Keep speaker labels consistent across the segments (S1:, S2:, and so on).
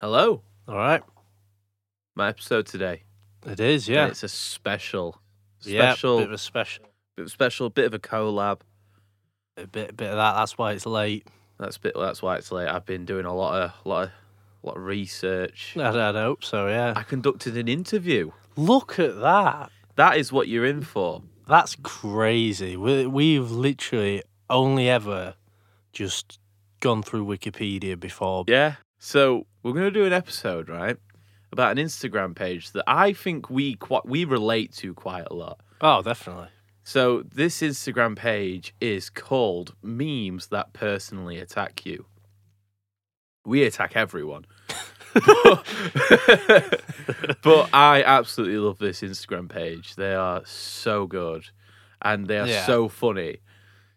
S1: Hello,
S2: All right.
S1: my episode today.
S2: It is,
S1: and
S2: yeah.
S1: it's a special,
S2: Yeah,
S1: special,
S2: bit of a special.
S1: bit of a special, bit of a collab.
S2: A bit, bit of that. That's why it's late.
S1: That's bit. That's why it's late. I've been doing a lot of, lot of, lot of research.
S2: I'd, I'd hope so, yeah.
S1: I conducted an interview.
S2: Look at that.
S1: That is what you're in for.
S2: That's crazy. We, we've literally only ever just gone through Wikipedia before.
S1: Yeah. So we're gonna do an episode, right, about an Instagram page that I think we quite we relate to quite a lot.
S2: Oh, definitely.
S1: So this Instagram page is called Memes That Personally Attack You. We attack everyone. but, but I absolutely love this Instagram page. They are so good and they are
S2: Yeah.
S1: so funny.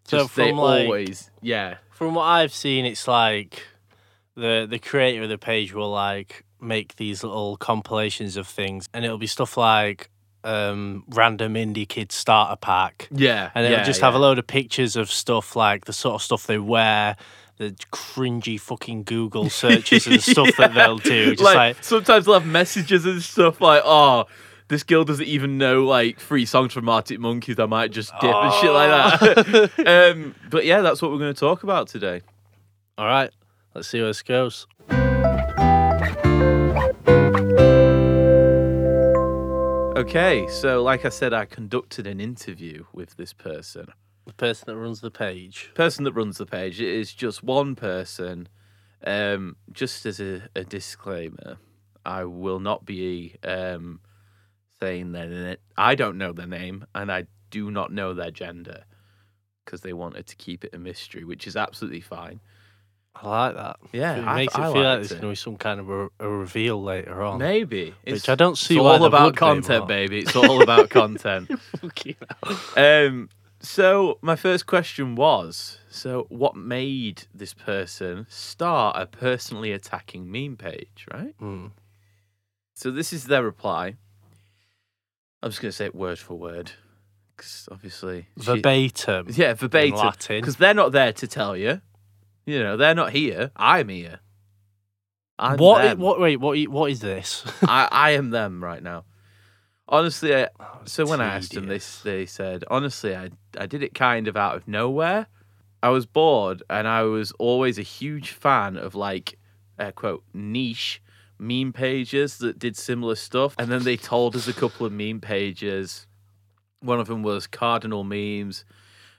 S2: So
S1: Just they
S2: from, like-
S1: always yeah.
S2: From what I've seen, it's like the the creator of the page will like make these little compilations of things, and it'll be stuff like um, random indie kids starter pack.
S1: Yeah.
S2: and it'll
S1: yeah,
S2: just
S1: yeah.
S2: have a load of pictures of stuff like the sort of stuff they wear, the cringy fucking Google searches and stuff that
S1: Yeah.
S2: they'll do. Just
S1: like,
S2: like,
S1: sometimes they'll have messages and stuff like, "Oh, this girl doesn't even know like three songs from Arctic Monkeys. I might just dip and shit like that." um, but yeah, that's what we're going to talk about today.
S2: all right, let's see where this goes.
S1: Okay, so like I said, I conducted an interview with this person,
S2: The person that runs the page.
S1: person that runs the page. It is just one person. Um, just as a, a disclaimer, I will not be um, saying their. na- I don't know their name, and I do not know their gender, because they wanted to keep it a mystery, which is absolutely fine.
S2: I like that.
S1: Yeah,
S2: it
S1: I-
S2: makes
S1: I
S2: it feel like
S1: liked
S2: there's
S1: it.
S2: going to be some kind of a, a reveal later on.
S1: Maybe
S2: Which I don't see
S1: it's
S2: why
S1: all
S2: there would
S1: about
S2: be,
S1: content,
S2: but-
S1: baby. It's all about content.
S2: Fucking hell.
S1: Um, so my first question was: so what made this person start a personally attacking meme page? Right.
S2: Hmm.
S1: So this is their reply. I'm just gonna say it word for word, because obviously she-
S2: Verbatim.
S1: yeah,
S2: in
S1: verbatim.
S2: Latin.
S1: Because they're not there to tell you. You know, they're not here. I'm here. I'm
S2: What, i-
S1: them.
S2: what? Wait. What? i- What is this?
S1: I, I am them right now. Honestly, I, so when I asked them
S2: Tedious.
S1: this, they said, honestly, I, I did it kind of out of nowhere. I was bored and I was always a huge fan of like, air quote, niche meme pages that did similar stuff. And then they told us a couple of meme pages. One of them was Cardinal Memes.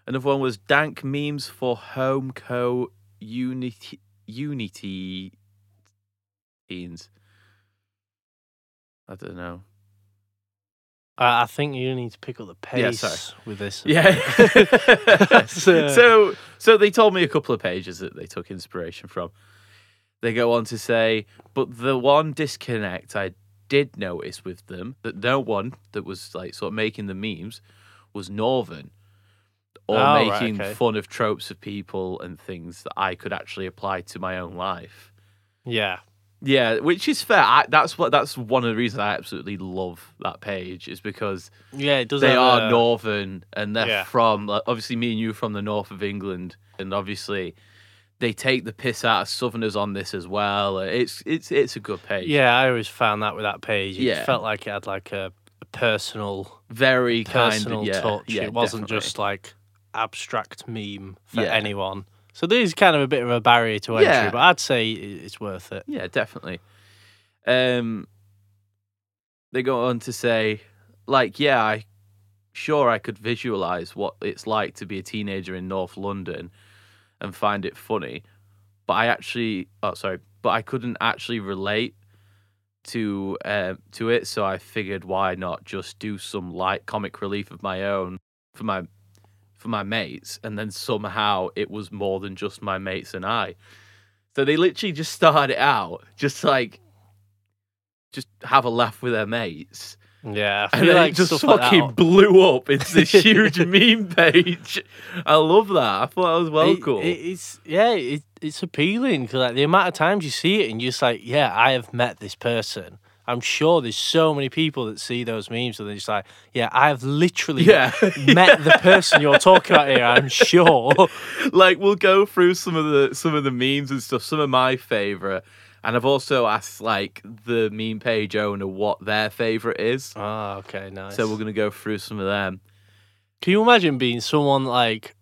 S1: Another one was Dank Memes for Home Co Unity, Unity Teens. I don't know.
S2: I, I think you need to pick up the
S1: Yeah,
S2: pace
S1: sorry.
S2: with this.
S1: Yeah.
S2: That's, uh,
S1: so so they told me a couple of pages that they took inspiration from. They go on to say, but the one disconnect I did notice with them that no one that was like sort of making the memes was northern or
S2: Oh, right,
S1: making
S2: okay.
S1: fun of tropes of people and things that I could actually apply to my own life.
S2: Yeah.
S1: Yeah, which is fair. I, that's what that's one of the reasons I absolutely love that page is because
S2: Yeah. It does.
S1: they
S2: have
S1: are
S2: a-
S1: northern and they're
S2: Yeah.
S1: from like, obviously me and you are from the north of England and obviously they take the piss out of southerners on this as well. It's it's it's a good page.
S2: Yeah, I always found that with that page. It
S1: Yeah.
S2: felt like it had like a, a personal
S1: Very
S2: personal
S1: kind of yeah,
S2: touch.
S1: yeah,
S2: it wasn't
S1: definitely.
S2: just like abstract meme for
S1: Yeah.
S2: anyone. So there is kind of a bit of a barrier to entry,
S1: Yeah.
S2: but I'd say i- it's worth it.
S1: Yeah, definitely. Um, they go on to say, like, yeah, I sure I could visualize what it's like to be a teenager in North London and find it funny, but I actually, oh, sorry, but I couldn't actually relate to um to it. So I figured, why not just do some light comic relief of my own for my for my mates, and then somehow it was more than just my mates and I. So they literally just started out, just like, just have a laugh with their mates,
S2: Yeah, I
S1: and
S2: feel
S1: then
S2: like
S1: it just
S2: stuff like that
S1: fucking
S2: on-
S1: blew up into this huge meme page. I love that. I thought that was well
S2: it-
S1: cool.
S2: it- it's yeah, it, it's appealing because like the amount of times you see it and you're just like, yeah, I have met this person. I'm sure there's so many people that see those memes and they're just like, yeah, I've literally
S1: yeah,
S2: met the person you're talking about here. I'm sure.
S1: like we'll go through some of the some of the memes and stuff. Some of my favorite. And I've also asked like the meme page owner what their favorite is.
S2: Oh, okay, nice.
S1: So we're gonna go through some of them.
S2: Can you imagine being someone like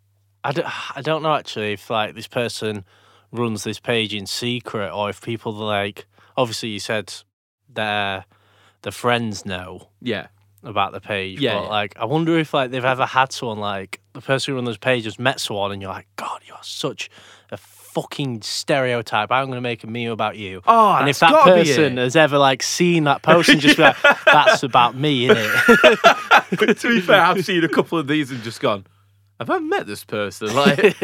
S2: I don't, I don't know actually if like this person runs this page in secret or if people like obviously you said their the friends know
S1: Yeah.
S2: about the page
S1: Yeah,
S2: but
S1: yeah.
S2: like I wonder if like they've ever had someone like the person who runs this page has met someone and you're like god you're such a fucking stereotype I'm going to make a meme about you
S1: Oh,
S2: and if that person has ever like seen that post and just be like, that's about me, innit?
S1: to be fair, I've seen a couple of these and just gone, have I met this person? Like,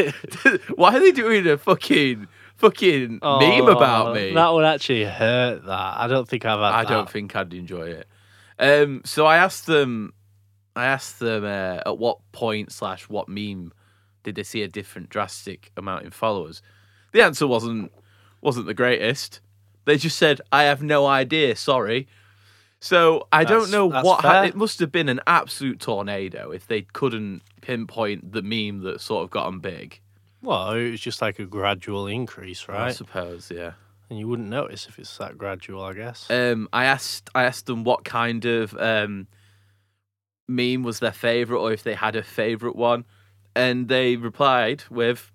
S1: why are they doing a fucking fucking meme about me?
S2: Oh, That would actually hurt. That I don't think I've had.
S1: I
S2: that.
S1: don't think I'd enjoy it. Um, so I asked them, I asked them uh, at what point slash what meme did they see a different drastic amount in followers. The answer wasn't wasn't the greatest. They just said, "I have no idea. Sorry." So I
S2: That's-
S1: don't know
S2: that's
S1: what
S2: fair.
S1: ha- it must have been an absolute tornado if they couldn't pinpoint the meme that sort of got them big.
S2: Well, it was just like a gradual increase,
S1: I
S2: right?
S1: suppose, yeah.
S2: And you wouldn't notice if it's that gradual, I guess.
S1: um, I asked I asked them what kind of um, meme was their favorite, or if they had a favorite one, and they replied with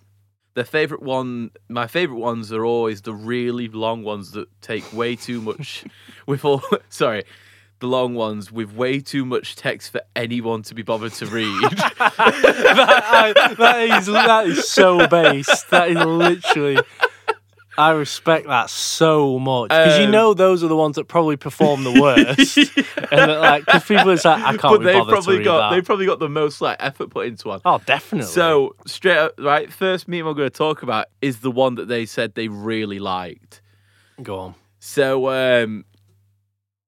S1: their favorite one. My favorite ones are always the really long ones that take way too much. with all sorry. The long ones with way too much text for anyone to be bothered to read.
S2: that, I- that is that is so based. That is literally. I respect that so much because you
S1: Um,
S2: know those are the ones that probably perform the worst, and that, like because people are just like, I can't
S1: but
S2: be
S1: they've
S2: bothered to
S1: probably
S2: read
S1: got
S2: that.
S1: they've probably got the most like effort put into one.
S2: Oh, definitely.
S1: So straight up, right? First meme I'm going to talk about is the one that they said they really liked.
S2: go on.
S1: So um,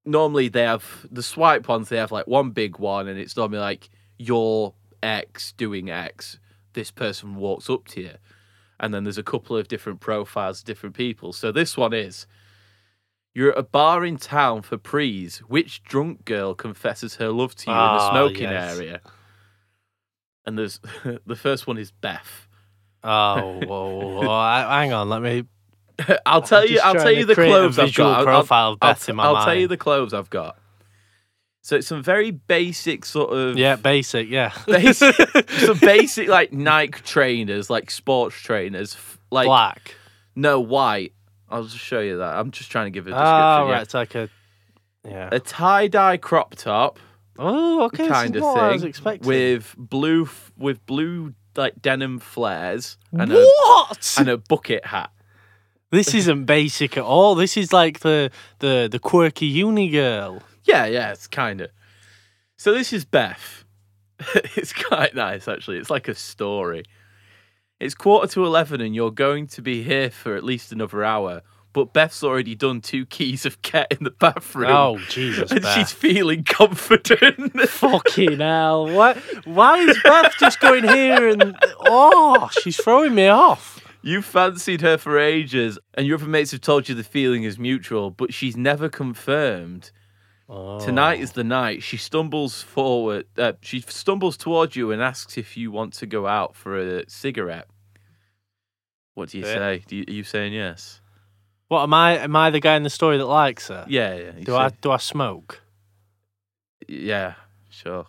S1: normally they have the swipe ones. They have like one big one, and it's normally like your ex doing X. This person walks up to you, and then there's a couple of different profiles, different people. So this one is. You're at a bar in town for prees. Which drunk girl confesses her love to you in the
S2: Ah,
S1: smoking
S2: yes.
S1: area? And there's the first one is Beth.
S2: Oh, whoa, whoa, whoa. I- hang on. Let me.
S1: I'll tell
S2: I'm
S1: you.
S2: just
S1: I'll
S2: trying
S1: tell
S2: to
S1: you the
S2: create a
S1: clothes I've
S2: visual
S1: got. I'll- I'll-
S2: profile of Beth in my
S1: I'll
S2: mind.
S1: tell you the clothes I've got. So it's some very basic sort of
S2: Yeah, basic. Yeah.
S1: basic, some basic like Nike trainers, like sports trainers, f- like
S2: Black.
S1: no white. I'll just show you that. I'm just trying to give a
S2: Oh,
S1: description.
S2: right.
S1: yeah.
S2: It's like a. Yeah.
S1: A tie dye crop top
S2: Oh, okay. This
S1: kind
S2: is
S1: of
S2: not what I was
S1: thing
S2: expecting.
S1: with blue f- with blue like denim flares and a
S2: what?
S1: and a bucket hat.
S2: This isn't basic at all. This is like the the the quirky uni girl.
S1: Yeah, yeah, it's kind of. So this is Beth. it's quite nice actually. It's like a story. It's quarter to 11 and you're going to be here for at least another hour, but Beth's already done two keys of cat in the bathroom.
S2: Oh Jesus,
S1: and
S2: Beth.
S1: she's feeling confident.
S2: Fucking hell! Why, why is Beth just going here and oh, she's throwing me off.
S1: you fancied her for ages and your other mates have told you the feeling is mutual, but she's never confirmed. Tonight
S2: Oh.
S1: is the night. She stumbles forward. Uh, she stumbles towards you and asks if you want to go out for a cigarette. What do you
S2: Yeah.
S1: say? Do you, are you saying yes?
S2: What am I? Am I the guy in the story that likes her?
S1: Yeah, yeah. you
S2: Uh, Do I
S1: say-
S2: do I smoke?
S1: Yeah, sure.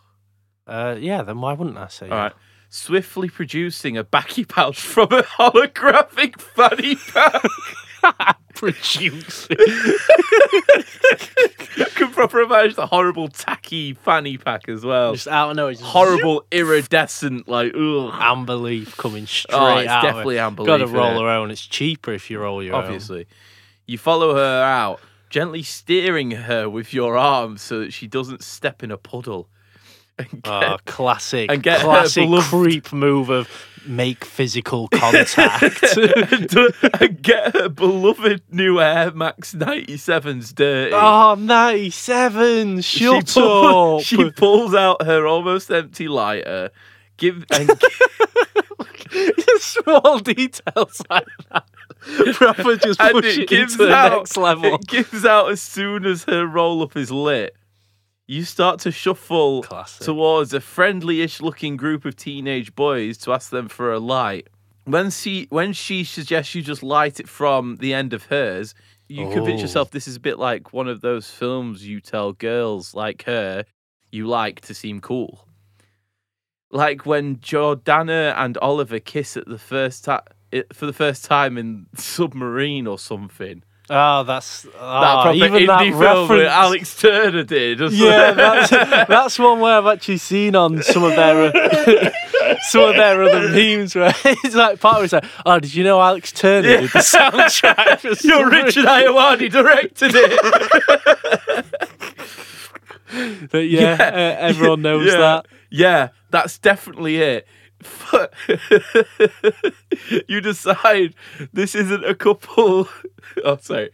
S2: Uh, yeah. Then why wouldn't I say?
S1: All right. Swiftly producing a backy pouch from a holographic fanny pack.
S2: Produce.
S1: I can proper imagine the horrible tacky fanny pack as well.
S2: just out of nowhere. Just
S1: Horrible iridescent, like ugh.
S2: Amber Leaf coming straight
S1: Oh, it's
S2: out.
S1: definitely Amber
S2: Got to
S1: Leaf,
S2: roll
S1: innit?
S2: her own. It's cheaper if you roll your own.
S1: obviously. You follow her out, gently steering her with your arm so that she doesn't step in a puddle. And get-
S2: Oh, classic.
S1: and get her
S2: classic
S1: beloved-
S2: creep move of make physical contact.
S1: and, and get her beloved new Air Max 97s dirty.
S2: oh, 97.
S1: she,
S2: Shut
S1: pull-
S2: up.
S1: she pulls out her almost empty lighter. Give and
S2: Small details like that. Proper just
S1: And
S2: push
S1: it
S2: it,
S1: gives
S2: into the
S1: out-
S2: next level.
S1: it gives out as soon as her roll up is lit. You start to shuffle
S2: Classic.
S1: towards a friendly-ish looking group of teenage boys to ask them for a light. When she when she suggests you just light it from the end of hers, you convince
S2: Oh.
S1: yourself this is a bit like one of those films you tell girls like her you like to seem cool. Like when Jordana and Oliver kiss at the first time for the first time in Submarine or something.
S2: Oh, that's
S1: that
S2: ah,
S1: proper
S2: even that
S1: indie film that
S2: reference.
S1: Alex Turner did. or
S2: Yeah,
S1: something.
S2: that's, that's one where I've actually seen on some of their uh, some of their other memes where it's like part of it's like, oh, did you know Alex Turner did the soundtrack? For
S1: Your
S2: some
S1: Richard Iowani directed it.
S2: reason? But yeah,
S1: Yeah.
S2: uh, everyone knows
S1: yeah.
S2: that.
S1: Yeah, that's definitely it. Fu- you decide this isn't a couple. Oh, sorry.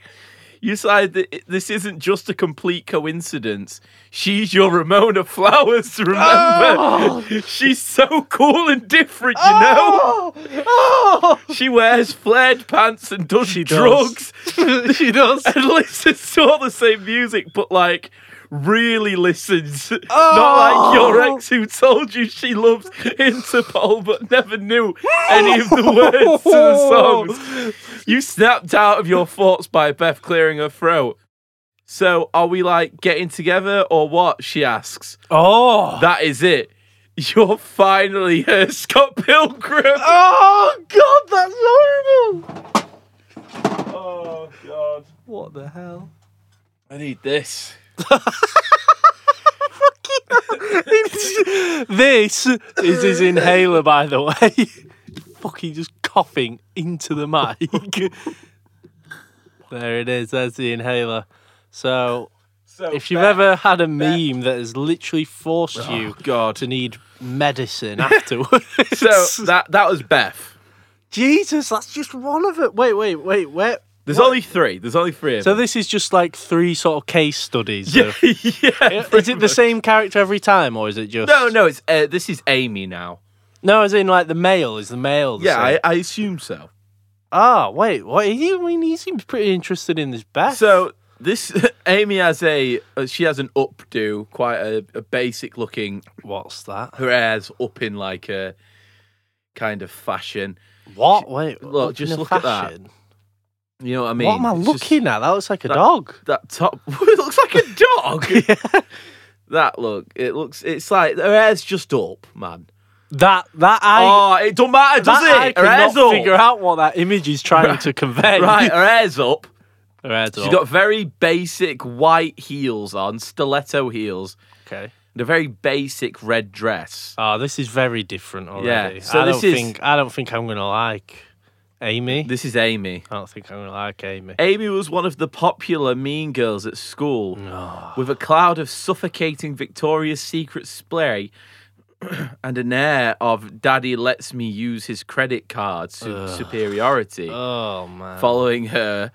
S1: You decide that it- this isn't just a complete coincidence. She's your Ramona Flowers, remember?
S2: Oh!
S1: She's so cool and different, you
S2: Oh!
S1: know? She wears flared pants and does
S2: She
S1: drugs
S2: does. she does.
S1: and listens to all the same music, but like really listens.
S2: Oh.
S1: Not like your ex who told you she loves Interpol but never knew any of the words to the songs. You snapped out of your thoughts by Beth clearing her throat. So are we like getting together or what? She asks.
S2: Oh,
S1: That is it. You're finally her Scott Pilgrim.
S2: oh God, that's horrible.
S1: oh god.
S2: What the hell?
S1: I need this.
S2: this is his inhaler, by the way. Fucking just coughing into the mic. there it is. That's the inhaler. So,
S1: So
S2: if you've
S1: Beth-
S2: ever had a meme that has literally forced you
S1: Oh, God.
S2: to need medicine afterwards,
S1: So that that was Beth.
S2: Jesus, that's just one of it. Wait, wait, wait, wait.
S1: There's only three. There's only three. Of
S2: So
S1: them.
S2: this is just like three sort of case studies.
S1: yeah,
S2: of-
S1: yeah.
S2: is it the same character every time, or is it just
S1: No, no. It's uh, this is Amy now.
S2: No, as in like the male is the male. The
S1: Yeah,
S2: Same?
S1: I, I assume so.
S2: Ah, wait, what? He, I mean, he seems pretty interested in this Beth.
S1: So this Amy has a uh, she has an updo, quite a, a basic looking.
S2: what's that?
S1: Her hair's up in like a kind of fashion.
S2: What? Wait,
S1: look,
S2: up
S1: just
S2: in a
S1: look at that.
S2: fashion?
S1: You know what I mean?
S2: what am I
S1: It's just-
S2: looking at? That looks like a
S1: that-
S2: dog.
S1: that top it looks like a dog. That look, it looks. It's like her hair's just up, man.
S2: That that I
S1: oh, it don't matter, does
S2: that I
S1: it? Her hair's
S2: cannot
S1: up.
S2: figure out what that image is trying to convey.
S1: Right, her hair's up.
S2: Her head's
S1: She's
S2: up.
S1: got very basic white heels on, stiletto heels,
S2: okay.
S1: and a very basic red dress.
S2: Oh, this is very different already.
S1: so
S2: I don't
S1: this is-
S2: think I don't think I'm gonna like Amy.
S1: This is Amy.
S2: I don't think I'm gonna like Amy.
S1: Amy was one of the popular mean girls at school.
S2: No.
S1: With a cloud of suffocating Victoria's Secret spray and an air of Daddy lets me use his credit card su- superiority.
S2: Oh man.
S1: following her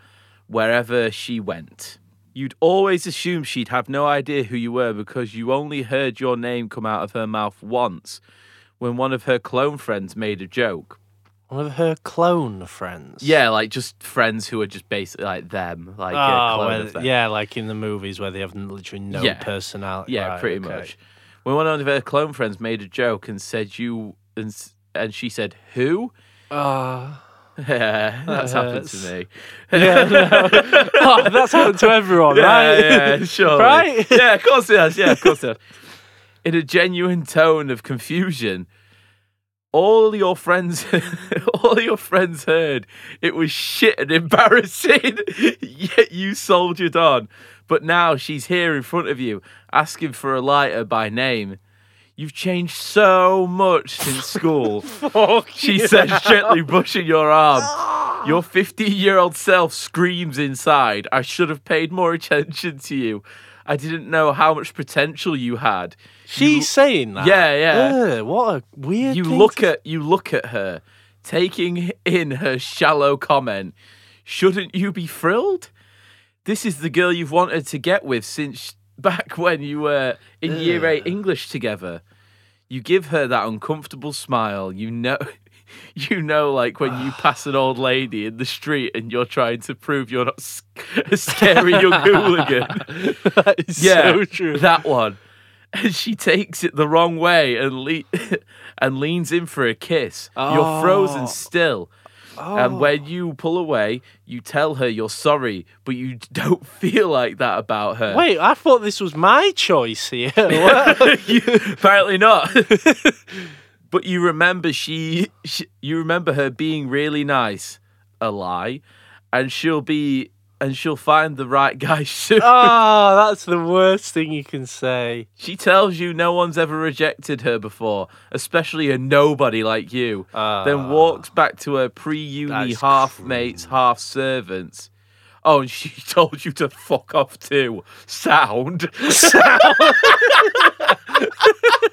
S1: wherever she went. You'd always assume she'd have no idea who you were because you only heard your name come out of her mouth once when one of her clone friends made a joke.
S2: One of her clone friends.
S1: Yeah, like just friends who are just basically like them, like a
S2: Oh,
S1: clone
S2: where-
S1: of them.
S2: yeah, like in the movies where they have n- literally no
S1: Yeah.
S2: personality.
S1: Yeah,
S2: Right,
S1: pretty
S2: okay.
S1: much. When one of her clone friends made a joke and said you and s- and she said who?
S2: Ah.
S1: That's happened
S2: hurts.
S1: to me.
S2: oh, that's happened to everyone, right?
S1: Yeah, yeah, sure.
S2: Right?
S1: Yeah, of course it has. Yeah, of course it has. In a genuine tone of confusion, all your friends, all your friends heard it was shit and embarrassing. Yet you soldiered on. But now she's here in front of you, asking for a lighter by name. You've changed so much since school. she says, gently pushing your arm. Your 15 year old self screams inside. I should have paid more attention to you. I didn't know how much potential you had.
S2: She's saying that.
S1: Yeah, yeah.
S2: Ugh, what a weird.
S1: You
S2: thing
S1: look
S2: to-
S1: at you look at her, taking in her shallow comment. Shouldn't you be thrilled? This is the girl you've wanted to get with since back when you were in year
S2: Ugh.
S1: 8 English together. You give her that uncomfortable smile. You know you know like when you pass an old lady in the street and you're trying to prove you're not sc- a scary young hooligan.
S2: that is so true.
S1: That one. And she takes it the wrong way and le- and leans in for a kiss. You're frozen
S2: Oh.
S1: still. And when you pull away, you tell her you're sorry, but you don't feel like that about her.
S2: Wait, I thought this was my choice here. What?
S1: You- apparently not. but you remember she, she, you remember her being really nice, a lie, and she'll be, and she'll find the right guy soon.
S2: oh, that's the worst thing you can say.
S1: She tells you no one's ever rejected her before, especially a nobody like you.
S2: Ah.
S1: then walks back to her pre-uni
S2: That's
S1: half mates, half servants. Oh, and she told you to fuck off too. Sound.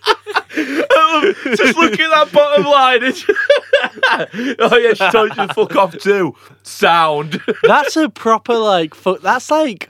S1: Um, just look at that bottom line. It's- oh yeah, she told you to fuck off too. Sound.
S2: That's a proper like. Fu- that's like.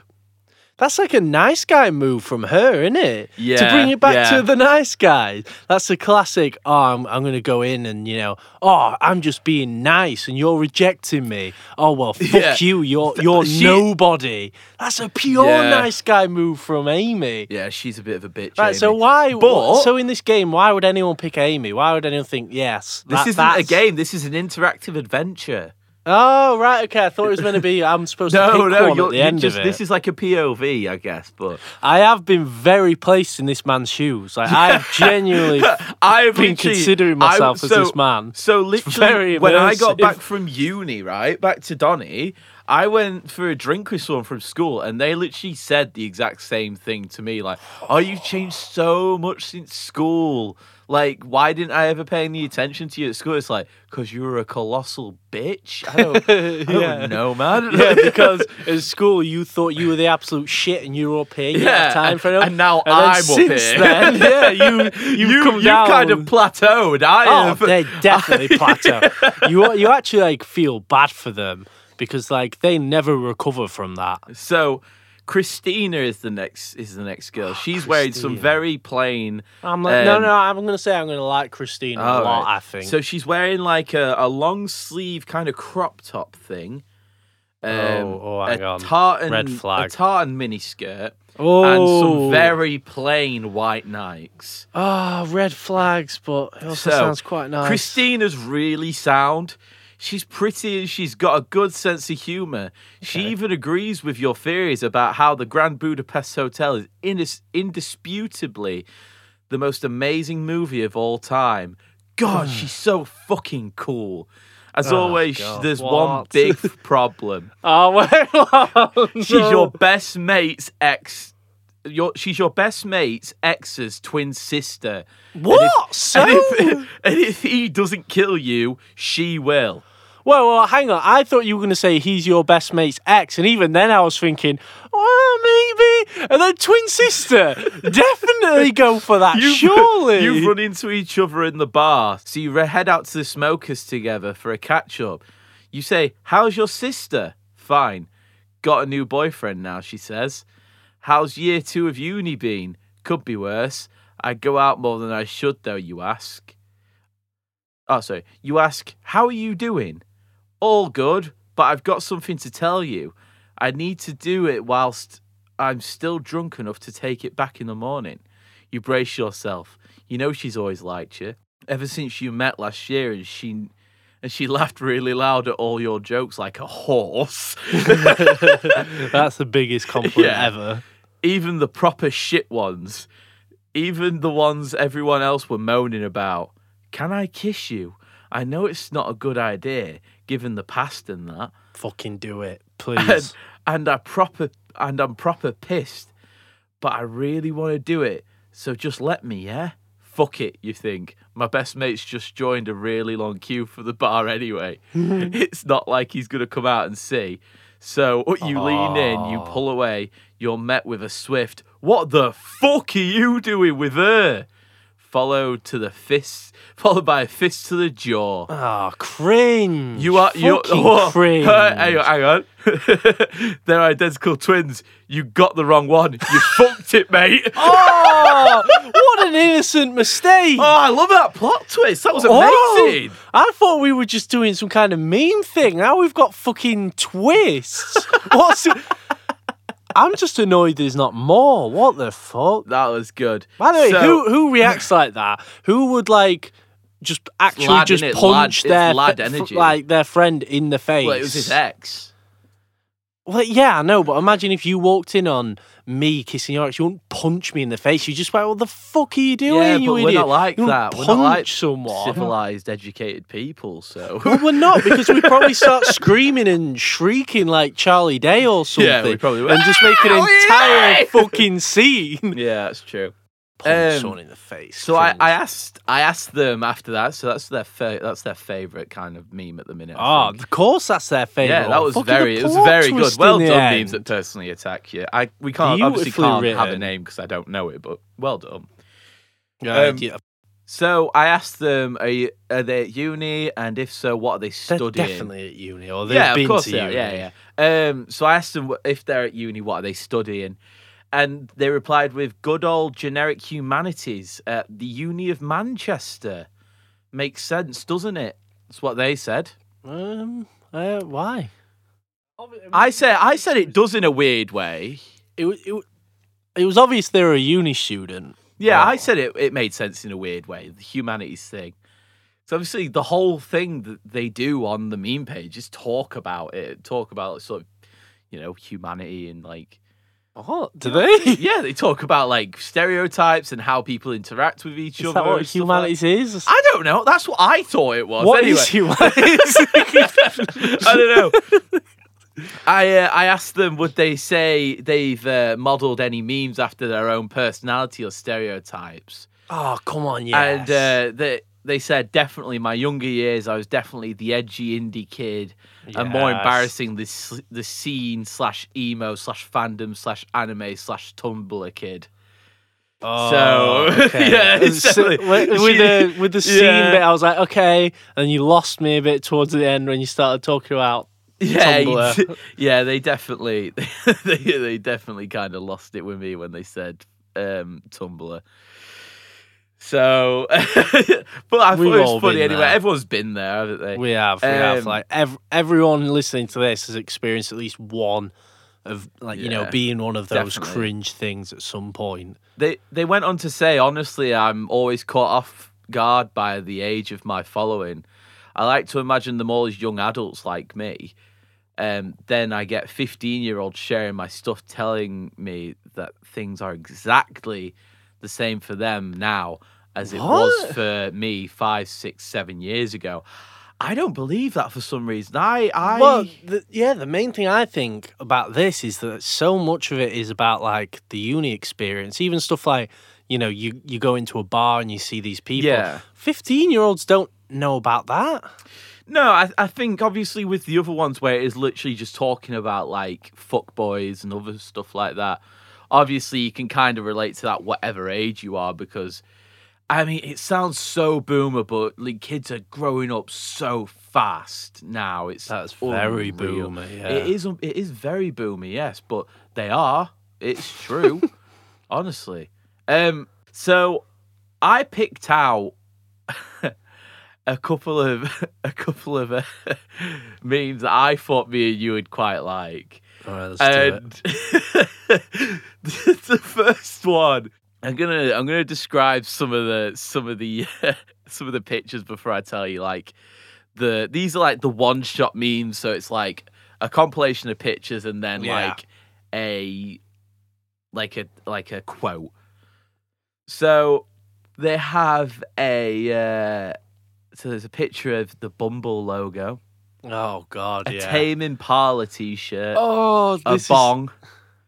S2: That's like a nice guy move from her, isn't it? To
S1: Yeah,
S2: bring it back
S1: yeah.
S2: to the nice guy. That's a classic. Oh, I'm, I'm going to go in and you know. Oh, I'm just being nice, and you're rejecting me. Oh well, fuck
S1: Yeah.
S2: you. You're you're
S1: she-
S2: nobody. That's a pure
S1: Yeah.
S2: nice guy move from Amy.
S1: Yeah, she's a bit of a bitch.
S2: Right, so
S1: Amy.
S2: why?
S1: But-
S2: so in this game, why would anyone pick Amy? Why would anyone think yes?
S1: this
S2: that-
S1: isn't a
S2: that's-
S1: game. This is an interactive adventure.
S2: Oh right, okay. I thought it was meant to be. I'm supposed to
S1: No,
S2: pick
S1: no,
S2: one
S1: you're,
S2: at the
S1: you're
S2: end
S1: just,
S2: of it.
S1: this is like a POV, I guess. But
S2: I have been very placed in this man's shoes. Like I've genuinely. Oh,
S1: I've
S2: been
S1: literally-
S2: considering
S1: I-
S2: myself as this man.
S1: So
S2: very
S1: literally, when I got
S2: immersive.
S1: back from uni, right back to Donny, I went for a drink with someone from school, and they literally said the exact same thing to me. Like, "Oh, you've changed so much since school. Like, why didn't I ever pay any attention to you at school?" It's like, "Cause you were a colossal bitch." I don't, I don't
S2: Yeah.
S1: know, man.
S2: oh, yeah, because at school you thought you were the absolute shit and you were up here. You didn't have
S1: Yeah,
S2: time for it.
S1: and now
S2: and then
S1: I'm up
S2: since
S1: here.
S2: Then, yeah, you you've
S1: you,
S2: come
S1: you've
S2: down.
S1: kind of plateaued. I
S2: Oh,
S1: have.
S2: they definitely plateau. You you actually like feel bad for them because like they never recover from that.
S1: So Christina is the next is the next girl. She's wearing some
S2: Oh, Christina.
S1: very plain.
S2: I'm like, no,
S1: um,
S2: no. I'm gonna say I'm gonna like Christina a
S1: all
S2: lot.
S1: right.
S2: I think.
S1: So she's wearing like a, a long sleeve kind of crop top thing. Um,
S2: Oh, oh, hang
S1: a
S2: on.
S1: Tartan,
S2: Red flag.
S1: A tartan mini skirt
S2: oh,
S1: and some very plain white Nikes.
S2: oh, red flags, but it
S1: So,
S2: also sounds quite nice.
S1: Christina's really sound. She's pretty and she's got a good sense of humor. She even agrees with your theories about how the Grand Budapest Hotel is indis- indisputably the most amazing movie of all time. God, she's so fucking cool. As
S2: Hmm. Oh,
S1: always,
S2: God.
S1: there's one
S2: What?
S1: big problem.
S2: oh, well,
S1: She's your best mate's ex. Your, she's your best mate's ex's twin sister.
S2: what? So
S1: And if, and if he doesn't kill you, she will.
S2: Well, well, hang on. I thought you were going to say he's your best mate's ex, and even then I was thinking, oh, maybe. And then twin sister, definitely go for that. surely.
S1: you run into each other in the bar, so you re- head out to the smokers together for a catch up. You say, "How's your sister?" Fine. Got a new boyfriend now. She says, "How's year two of uni been? Could be worse. I go out more than I should, though." You ask. Oh, sorry. You ask, "How are you doing?" All good, but I've got something to tell you. I need to do it whilst I'm still drunk enough to take it back in the morning. You brace yourself. You know she's always liked you. Ever since you met last year and she and she laughed really loud at all your jokes like a horse.
S2: That's the biggest compliment
S1: Yeah.
S2: ever.
S1: Even the proper shit ones. Even the ones everyone else were moaning about. Can I kiss you? I know it's not a good idea, given the past and that.
S2: Fucking do it,
S1: and,
S2: please.
S1: and I proper and I'm proper pissed, but I really want to do it. So just let me, yeah. Fuck it, you think. My best mate's just joined a really long queue for the bar anyway. it's not like he's gonna come out and see. So you lean in, you pull away, you're met with a swift, what the fuck are you doing with her? Followed to the fist followed by a fist to the jaw.
S2: Ah, cringe.
S1: You are you
S2: Fucking cringe.
S1: Hang on, hang on. They're identical twins. You got the wrong one. You fucked it, mate. Oh,
S2: oh, what an innocent mistake.
S1: I love that plot twist. That was
S2: Oh,
S1: Oh, amazing.
S2: I thought we were just doing some kind of meme thing. Now we've got fucking twists. What's I'm just annoyed there's not more. What the fuck?
S1: That was good.
S2: By the way,
S1: So-
S2: who who reacts like that? Who would like just actually
S1: lad,
S2: just
S1: innit?
S2: punch
S1: Lad- it's
S2: their
S1: lad
S2: fr-
S1: energy.
S2: like their friend in the face.
S1: Well, it was his ex.
S2: Well, yeah, I know, but imagine if you walked in on me kissing your ex, you wouldn't punch me in the face. You just like, what the fuck are you doing?
S1: yeah,
S2: you
S1: but
S2: idiot?
S1: we're not like
S2: you
S1: that.
S2: Punch
S1: We're not like
S2: someone.
S1: civilized, educated people. So
S2: Well, we're not because we probably start screaming and shrieking like Charlie Day or something.
S1: Yeah, we probably would.
S2: And just make an
S1: Ah, we
S2: entire
S1: lied!
S2: fucking scene.
S1: yeah, that's true.
S2: Punch
S1: Um,
S2: someone in the face.
S1: So I, I
S2: criminals.
S1: asked I asked them after that. So that's their fa- that's their favorite kind of meme at the minute. I
S2: Oh,
S1: think.
S2: of course that's their favourite.
S1: yeah, that
S2: one.
S1: was
S2: Fucking
S1: very
S2: the
S1: it was
S2: plot
S1: very good.
S2: twist
S1: Well
S2: in
S1: done
S2: the
S1: memes
S2: end.
S1: that personally attack you. I we can't obviously
S2: Beautifully
S1: can't have a
S2: written.
S1: name because I don't know it, but well done.
S2: Yeah,
S1: Um,
S2: yeah.
S1: So I asked them, are, you, are they at uni, and if so, what are they
S2: They're
S1: studying?
S2: definitely at uni, or they've
S1: yeah,
S2: been
S1: of course
S2: to
S1: they are.
S2: uni.
S1: Yeah, yeah. Um, so I asked them wh- if they're at uni, what are they studying, and they replied with "Good old generic humanities at the Uni of Manchester." Makes sense, doesn't it? That's what they said.
S2: Um, uh, why? Uh,
S1: I say I said it does in a weird way.
S2: It, wa- it, wa- it was obvious they were a uni student.
S1: Yeah,
S2: Oh.
S1: I said it. It made sense in a weird way. The humanities thing. So obviously, the whole thing that they do on the meme page is talk about it. Talk about sort of, you know, humanity and like,
S2: What? Do they?
S1: yeah, they talk about like stereotypes and how people interact with each
S2: Is
S1: other.
S2: that what
S1: and stuff like-
S2: humanities is?
S1: I don't know. That's what I thought it was.
S2: What
S1: anyway.
S2: is humanities?
S1: I don't know. I uh, I asked them would they say they've uh, modelled any memes after their own personality or stereotypes,
S2: oh, come on, yes.
S1: and uh, they they said definitely my younger years I was definitely the edgy indie kid, and more
S2: Yes.
S1: embarrassing the s- the scene slash emo slash fandom slash anime slash Tumblr kid.
S2: Oh,
S1: So,
S2: okay.
S1: yeah, it's
S2: So,
S1: definitely-
S2: with, with the with the scene
S1: Yeah.
S2: bit, I was like, okay, and you lost me a bit towards the end when you started talking about.
S1: Yeah, you
S2: Tumblr.
S1: d- yeah, they definitely they, they definitely kind of lost it with me when they said um, Tumblr. So, but I thought
S2: We've
S1: it
S2: all
S1: was funny
S2: been
S1: anyway.
S2: there.
S1: Everyone's been there, haven't they?
S2: We have, we have
S1: Um,
S2: like ev- everyone listening to this has experienced at least one of like you know
S1: Yeah,
S2: being one of those
S1: definitely.
S2: cringe things at some point.
S1: They they went on to say, honestly, I'm always caught off guard by the age of my following. I like to imagine them all as young adults like me. Um, then I get 15 year olds sharing my stuff, telling me that things are exactly the same for them now as it was
S2: What?
S1: for me five, six, seven years ago. I don't believe that for some reason. I, I,
S2: Well, the, yeah, the main thing I think about this is that so much of it is about like the uni experience, even stuff like you know you you go into a bar and you see these people.
S1: Yeah.
S2: fifteen year olds don't know about that.
S1: No, I, I think obviously with the other ones where it is literally just talking about like fuck boys and other stuff like that. Obviously, you can kind of relate to that whatever age you are because, I mean, it sounds so boomer, but like kids are growing up so fast now. It's
S2: That's very
S1: unreal.
S2: boomer. Yeah.
S1: It is. un- It is very boomy. Yes, but they are. It's true. honestly. Um. So, I picked out a couple of a couple of uh, memes that I thought me and you would quite like.
S2: All right, let's do it.
S1: And the first one, I'm gonna I'm gonna describe some of the some of the some of the pictures before I tell you. Like the these are like the one shot memes, so it's like a compilation of pictures and then
S2: Yeah.
S1: like a like a like a quote. So they have a uh, so there's a picture of the Bumble logo,
S2: Oh God,
S1: a
S2: yeah.
S1: Tame Impala t-shirt,
S2: oh,
S1: a
S2: this is.
S1: bong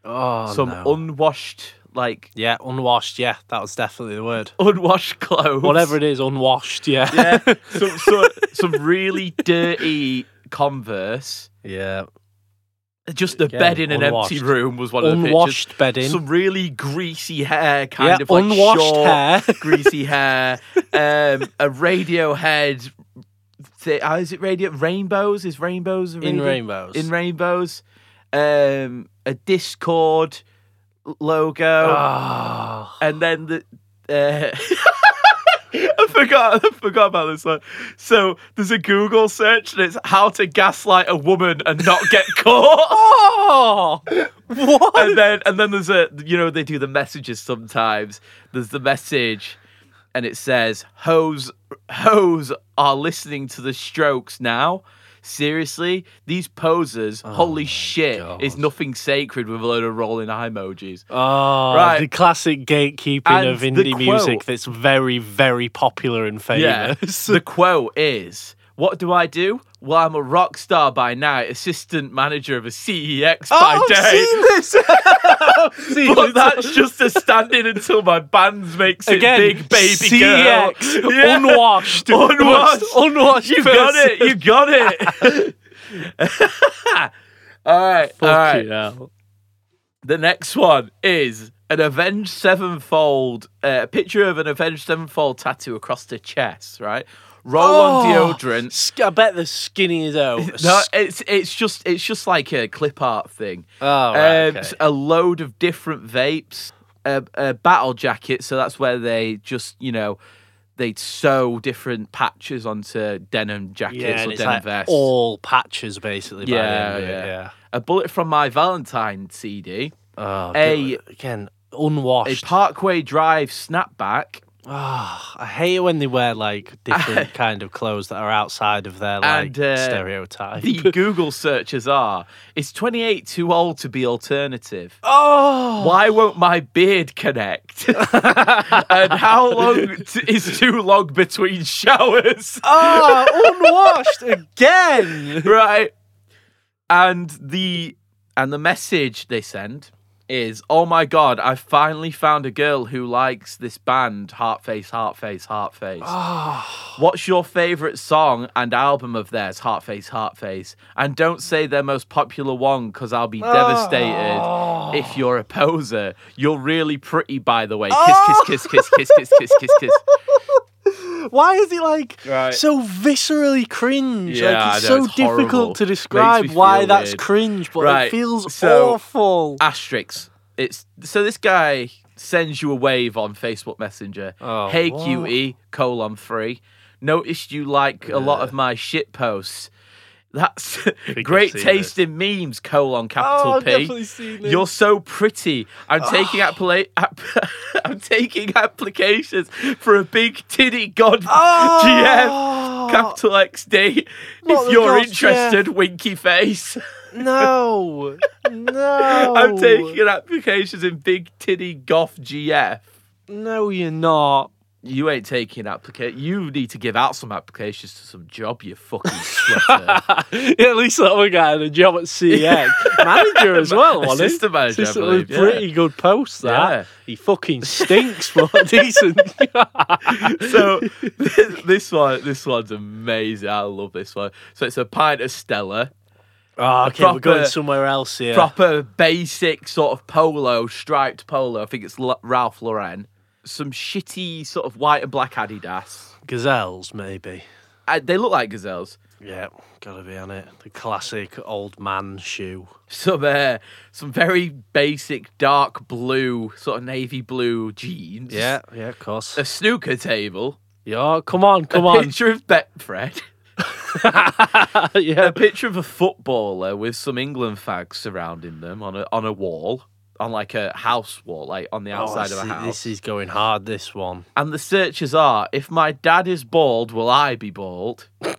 S2: Oh,
S1: some
S2: no.
S1: unwashed like
S2: yeah, unwashed. Yeah, that was definitely the word.
S1: unwashed clothes
S2: Whatever it is, unwashed. Yeah.
S1: yeah some, some, some really dirty converse
S2: yeah.
S1: just the
S2: Again,
S1: bed in an empty
S2: unwashed.
S1: room was one of the pictures
S2: Unwashed bedding.
S1: some really greasy hair kind
S2: yeah,
S1: of like
S2: unwashed
S1: short,
S2: hair.
S1: greasy hair um a radiohead th- how uh, is it radio rainbows is rainbows a
S2: in
S1: radio-
S2: rainbows.
S1: in rainbows um a discord logo
S2: Oh.
S1: and then the uh, I forgot I forgot about this one. So there's a Google search and it's how to gaslight a woman and not get caught.
S2: oh, what?
S1: and then and then there's a you know they do the messages sometimes. There's the message. and it says hoes hoes are listening to the strokes now seriously these posers
S2: Oh
S1: holy
S2: my
S1: shit
S2: God.
S1: is nothing sacred with a load of rolling eye emojis
S2: Oh,
S1: Right.
S2: the classic gatekeeping
S1: And
S2: of
S1: the
S2: indie music
S1: quote.
S2: that's very, very popular and
S1: Yeah.
S2: famous.
S1: the quote is what do i do well i'm a rock star by night assistant manager of a cex by
S2: I've
S1: day
S2: seen this. Seen
S1: but
S2: this.
S1: that's just a standing until my band makes it
S2: Again, E
S1: big baby girl.
S2: CX,
S1: Yeah.
S2: unwashed,
S1: Unwashed.
S2: unwashed.
S1: You got it. You got it. all right. all right. The next one is an Avenged Sevenfold, uh, a picture of an Avenged Sevenfold tattoo across the chest, right? Roll on deodorant.
S2: Oh, I bet the skinny is out.
S1: No, it's it's just it's just like a clip art thing.
S2: oh, right,
S1: Um,
S2: okay.
S1: A load of different vapes, a, a battle jacket. So that's where they just, you know, they sew different patches onto denim jackets
S2: yeah,
S1: or
S2: and it's
S1: denim
S2: like
S1: vests.
S2: all patches basically. By
S1: Yeah,
S2: the end of it,
S1: yeah.
S2: yeah.
S1: A bullet from my Valentine CD,
S2: Oh,
S1: A-
S2: a, again,
S1: a
S2: unwashed.
S1: Parkway Drive snapback,
S2: Ah, I hate it when they wear like different kind of clothes that are outside of their like
S1: And, uh,
S2: stereotype.
S1: the Google searches are Is 28 too old to be alternative?
S2: oh,
S1: Why won't my beard connect? and how long t- is too long between showers? Ah,
S2: oh, unwashed again.
S1: right and the and the message they send is oh my god i finally found a girl who likes this band heart face heart face heart face
S2: Oh,
S1: what's your favorite song and album of theirs heart face heart face and don't say their most popular one because i'll be
S2: Ah.
S1: devastated if you're a poser you're really pretty by the way
S2: Oh.
S1: kiss kiss kiss kiss kiss kiss kiss kiss
S2: Why is it like
S1: Right.
S2: so viscerally cringe?
S1: Yeah,
S2: like it's
S1: I know,
S2: so
S1: it's
S2: difficult
S1: horrible.
S2: to
S1: Makes me
S2: describe why
S1: feel
S2: that's
S1: weird.
S2: cringe, but it
S1: Right,
S2: feels
S1: so-
S2: awful.
S1: asterisks. It's so this guy sends you a wave on Facebook Messenger.
S2: Oh,
S1: hey
S2: what?
S1: QE colon three. Noticed you like a lot of my shit posts. That's
S2: I've
S1: great
S2: seen
S1: taste in memes colon
S2: oh,
S1: capital
S2: I've
S1: P.
S2: definitely seen it. Oh.
S1: You're so pretty. I'm taking appla- app- I'm taking applications for a big titty god
S2: oh,
S1: GF capital XD.
S2: Not
S1: If
S2: the
S1: you're
S2: God's
S1: interested, winky face.
S2: No, no.
S1: I'm taking applications in Big Titty Goth GF.
S2: No, you're not.
S1: You ain't taking application. You need to give out some applications to some job, you fucking sweater.
S2: at least that one guy had a job at CX. Manager as well, wasn't he?
S1: Assistant manager, I
S2: Assistant
S1: believe,
S2: was
S1: yeah.
S2: pretty good post, that.
S1: Yeah.
S2: He fucking stinks, but decent.
S1: so this, this one, this one's amazing. I love this one. So it's a pint of Stella,
S2: oh, okay,
S1: proper-
S2: we're going somewhere else here.
S1: proper basic sort of polo, striped polo. I think it's L- Ralph Lauren. Some shitty sort of white and black Adidas.
S2: Gazelles, maybe.
S1: Uh, they look like gazelles.
S2: Yeah, gotta be on it. The classic old man shoe.
S1: some uh, some very basic dark blue, sort of navy blue jeans.
S2: Yeah, yeah, of course.
S1: A snooker table.
S2: Yeah, come on, come
S1: a
S2: on.
S1: picture of Betfred.
S2: yeah.
S1: a picture of a footballer with some England fags surrounding them on a on a wall. On like a house wall, like on the outside of
S2: Oh,
S1: a
S2: this-
S1: house.
S2: This is going hard, this one.
S1: And the searches are if my dad is bald, will I be bald?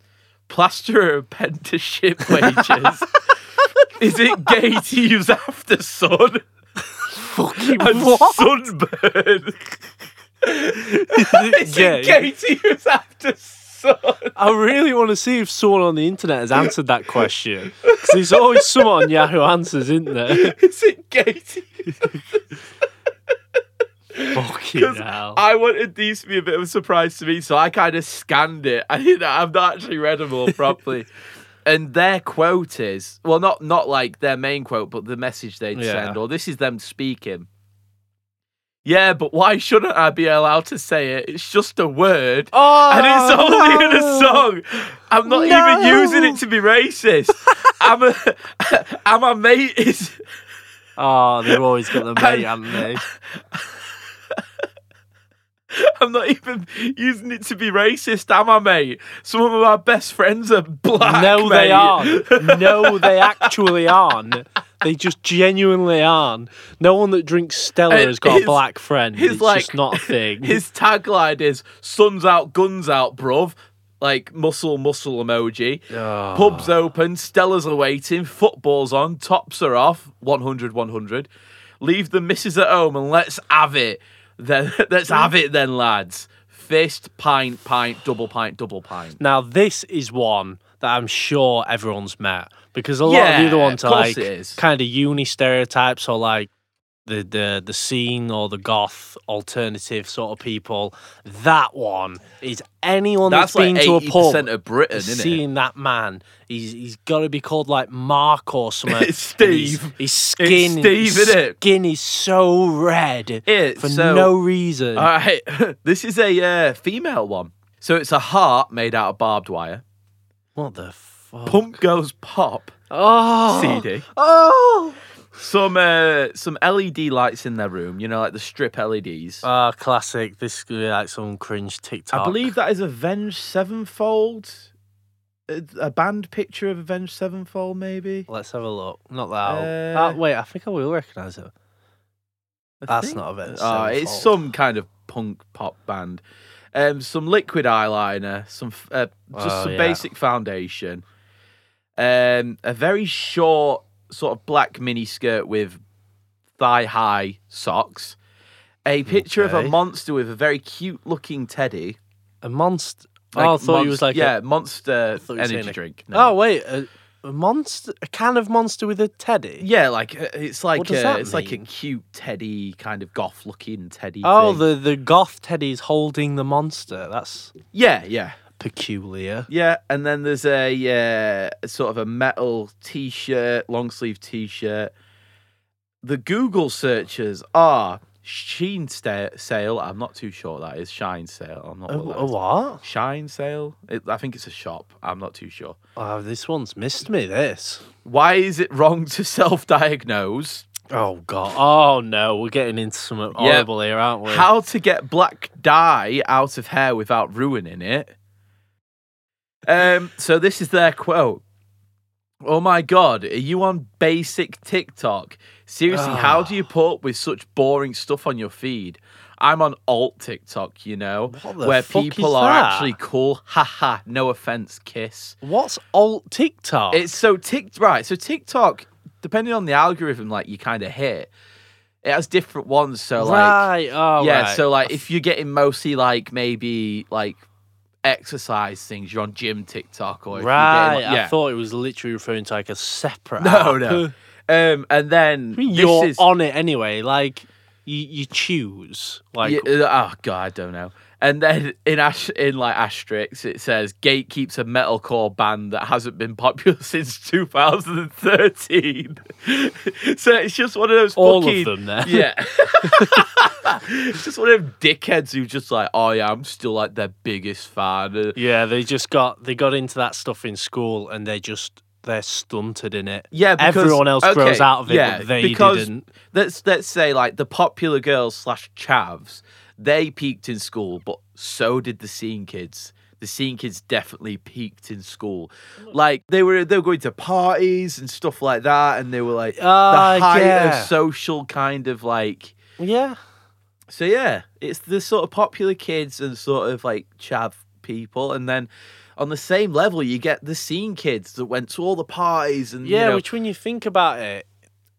S1: Plasterer of pentorship wages. is it gay to use after sun?
S2: Fucking
S1: and
S2: what?
S1: sunburn. it's
S2: gay?
S1: Katie who's after sun.
S2: I really want to see if someone on the internet has answered that question. Because there's always someone on Yahoo Answers, isn't there?
S1: Is it Katie?
S2: Fucking
S1: 'Cause
S2: hell.
S1: I wanted these to be a bit of a surprise to me, so I kind of scanned it. I didn't. I've not actually read them all properly. And their quote is well, not not like their main quote, but the message they'd
S2: Yeah.
S1: send, or this is them speaking. Yeah, but why shouldn't I be allowed to say it? It's just a word.
S2: oh,
S1: and it's only in a song. I'm not even
S2: No.
S1: using it to be racist. I'm a, and my mate is,
S2: Oh, they've always got the mate,
S1: And-
S2: haven't they?
S1: I'm not even using it to be racist, am I, mate? Some of my best friends are black.
S2: no, they
S1: mate.
S2: aren't. No, they actually aren't. They just genuinely aren't. No one that drinks Stella
S1: And
S2: has got
S1: his-
S2: a black friend.
S1: his,
S2: it's
S1: like-
S2: just not a thing.
S1: His tagline is "Sun's out, guns out, bruv." Like muscle, muscle emoji.
S2: Ah.
S1: Pubs open, Stella's awaiting, football's on, tops are off, 100 100. Leave the missus at home and let's have it. Then let's have it then, lads. Fist, pint, pint, double pint, double pint.
S2: Now this is one that I'm sure everyone's met because a lot of the
S1: Yeah,
S2: other ones
S1: of
S2: are
S1: course
S2: like
S1: it is.
S2: kind of uni stereotypes or like the the the scene or the goth alternative sort of people. That one is anyone
S1: That's
S2: been
S1: like
S2: to a
S1: eighty percent
S2: pub.
S1: of Britain,
S2: is
S1: isn't it?
S2: Seeing that man, he's he's got to be called like Mark or something.
S1: It's
S2: and he's-
S1: Steve.
S2: His skin,
S1: Steve,
S2: his
S1: innit?
S2: skin is so red
S1: It's
S2: for
S1: so-
S2: no reason.
S1: All right, this is a uh, female one. So it's a heart made out of barbed wire.
S2: what the fuck?
S1: Pump goes pop.
S2: oh,
S1: CD.
S2: Oh.
S1: Some uh, some LED lights in their room. You know, like the strip E LEDs.
S2: Ah, classic. This could be like some cringe TikTok.
S1: I believe that is Avenged Sevenfold. A, a band picture of Avenged Sevenfold, maybe.
S2: Let's have a look. Not that. old.
S1: Uh,
S2: Ah, wait, I think I will recognise it.
S1: I
S2: That's
S1: think-
S2: not Avenged.
S1: Oh, it's
S2: Sevenfold.
S1: some kind of punk pop band. Um, some liquid eyeliner, some f- uh, just
S2: Oh,
S1: some
S2: yeah.
S1: basic foundation. Um, a very short sort of black mini skirt with thigh high socks. A picture of
S2: Okay.
S1: a monster with a very cute looking teddy.
S2: a monster.
S1: Like
S2: oh, I thought he was
S1: monst-
S2: like. a-
S1: yeah, monster
S2: thought you were saying
S1: energy
S2: a-
S1: drink. No.
S2: Oh wait, a, a monster. A can of monster with a teddy.
S1: Yeah, like uh, it's like
S2: does
S1: a,
S2: that
S1: it's like a
S2: mean?
S1: cute teddy kind of goth looking teddy.
S2: Oh,
S1: thing.
S2: the the goth teddy's holding the monster. That's
S1: yeah, yeah,
S2: peculiar.
S1: yeah. And then there's a uh, sort of a metal t-shirt, long sleeve t-shirt. The Google searches are Sheen sta- Sale. I'm not too sure what that is Shine Sale. I'm not.
S2: A,
S1: what that
S2: a
S1: is.
S2: what?
S1: Shine Sale. It, I think it's a shop. I'm not too sure.
S2: Oh, this one's missed me. This.
S1: Why is it wrong to self-diagnose?
S2: Oh god. Oh no, we're getting into something horrible here, aren't we?
S1: How to get black dye out of hair without ruining it. Um, so this is their quote. Oh my god, are you on basic TikTok? Seriously, how do you
S2: Ah.
S1: put up with such boring stuff on your feed? I'm on alt TikTok, you know,
S2: What the
S1: where
S2: fuck is
S1: people are
S2: that?
S1: actually cool. Haha, no offense, kiss.
S2: What's alt TikTok?
S1: It's so tick right. So TikTok, depending on the algorithm, like you kind of hit, it has different ones. So like,
S2: right. Oh,
S1: yeah,
S2: right.
S1: so like if you're getting mostly like maybe like exercise things, you're on gym TikTok or if
S2: right.
S1: You're getting, like- yeah.
S2: I thought it was literally referring to like a separate.
S1: no,
S2: app.
S1: no. Um, and then
S2: I mean,
S1: this
S2: you're
S1: is
S2: on it anyway. Like you, you choose. Like
S1: yeah, uh, oh god, I don't know. And then in ash in like asterisks, it says Gate keeps a metalcore band that hasn't been popular since 2013. so it's just one of those
S2: all
S1: fucking
S2: of them. There.
S1: Yeah. it's just one of them dickheads who just like, oh yeah, I'm still like their biggest fan. Uh,
S2: Yeah, they just got they got into that stuff in school and they just they're stunted in it.
S1: Yeah, because,
S2: Everyone else
S1: okay,
S2: grows out of it,
S1: Yeah,
S2: but they
S1: because
S2: didn't.
S1: Let's let's say like the popular girls slash chavs, they peaked in school, but so did the scene kids. The scene kids definitely peaked in school. Like they were they were going to parties and stuff like that, and they were like
S2: Ah,
S1: the height
S2: yeah.
S1: of social kind of like.
S2: Yeah.
S1: So yeah, it's the sort of popular kids and sort of like chav people, and then on the same level you get the scene kids that went to all the parties and
S2: Yeah,
S1: you know,
S2: which when you think about it,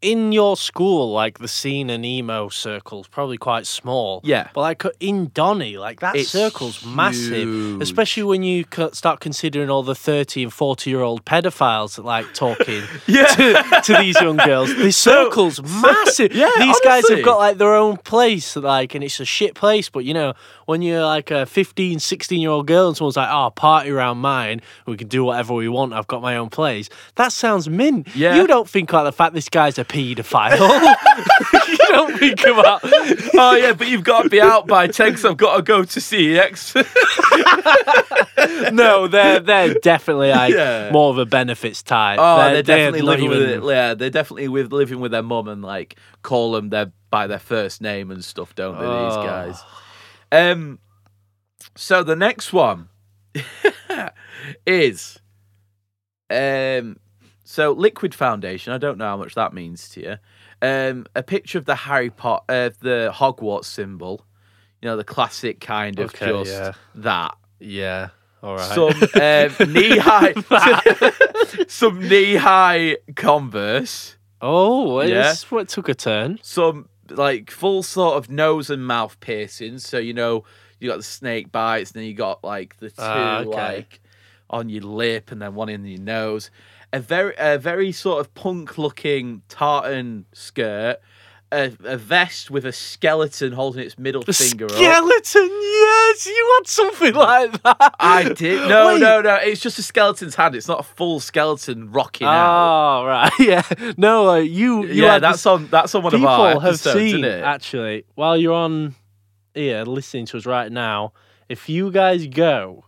S2: in your school, like the scene and emo circle's probably quite small.
S1: yeah,
S2: But like uh, in Donny, like that
S1: It's
S2: circle's massive.
S1: huge.
S2: Especially when you co- start considering all the 30 and 40 year old pedophiles that like talking to, to these young girls. The circle's massive.
S1: yeah,
S2: these guys
S1: honestly.
S2: have got like their own place, like, and it's a shit place. But you know, when you're like a 15, 16 year old girl and someone's like, oh, party around mine, we can do whatever we want, I've got my own place. That sounds mint.
S1: Yeah.
S2: You don't think about the fact this guy's a paedophile. you don't think about.
S1: oh yeah, but you've got to be out by ten because I've got to go to CEX.
S2: No, they're they're definitely like
S1: Yeah.
S2: more of a benefits type.
S1: oh, they're, definitely
S2: not
S1: living with
S2: even-
S1: it. Yeah, they're definitely with living with their mum and like call them their by their first name and stuff, don't they? These
S2: Oh.
S1: guys. Um. So the next one is um So liquid foundation. I don't know how much that means to you. Um, a picture of the Harry Potter, uh, the Hogwarts symbol. You know, the classic kind of
S2: Okay,
S1: just
S2: yeah.
S1: that.
S2: Yeah. All right.
S1: Some um, knee high, some knee high Converse.
S2: oh,
S1: Yeah.
S2: yeah. what took a turn.
S1: some like full sort of nose and mouth piercings. So you know you got the snake bites, and then you got like the two
S2: Ah, okay.
S1: like on your lip, and then one in your nose. A very a very sort of punk looking tartan skirt. A, a vest with a skeleton holding its middle finger up.
S2: skeleton. Yes, you had something like that.
S1: I did no
S2: Wait.
S1: no no. It's just a skeleton's hand. It's not a full skeleton rocking out.
S2: Oh right, yeah. No, uh, you. you
S1: yeah,
S2: had
S1: that's
S2: this-
S1: on that's on one of
S2: people
S1: our
S2: have
S1: episodes, isn't
S2: seen
S1: it?
S2: actually. While you're on here listening to us right now, if you guys go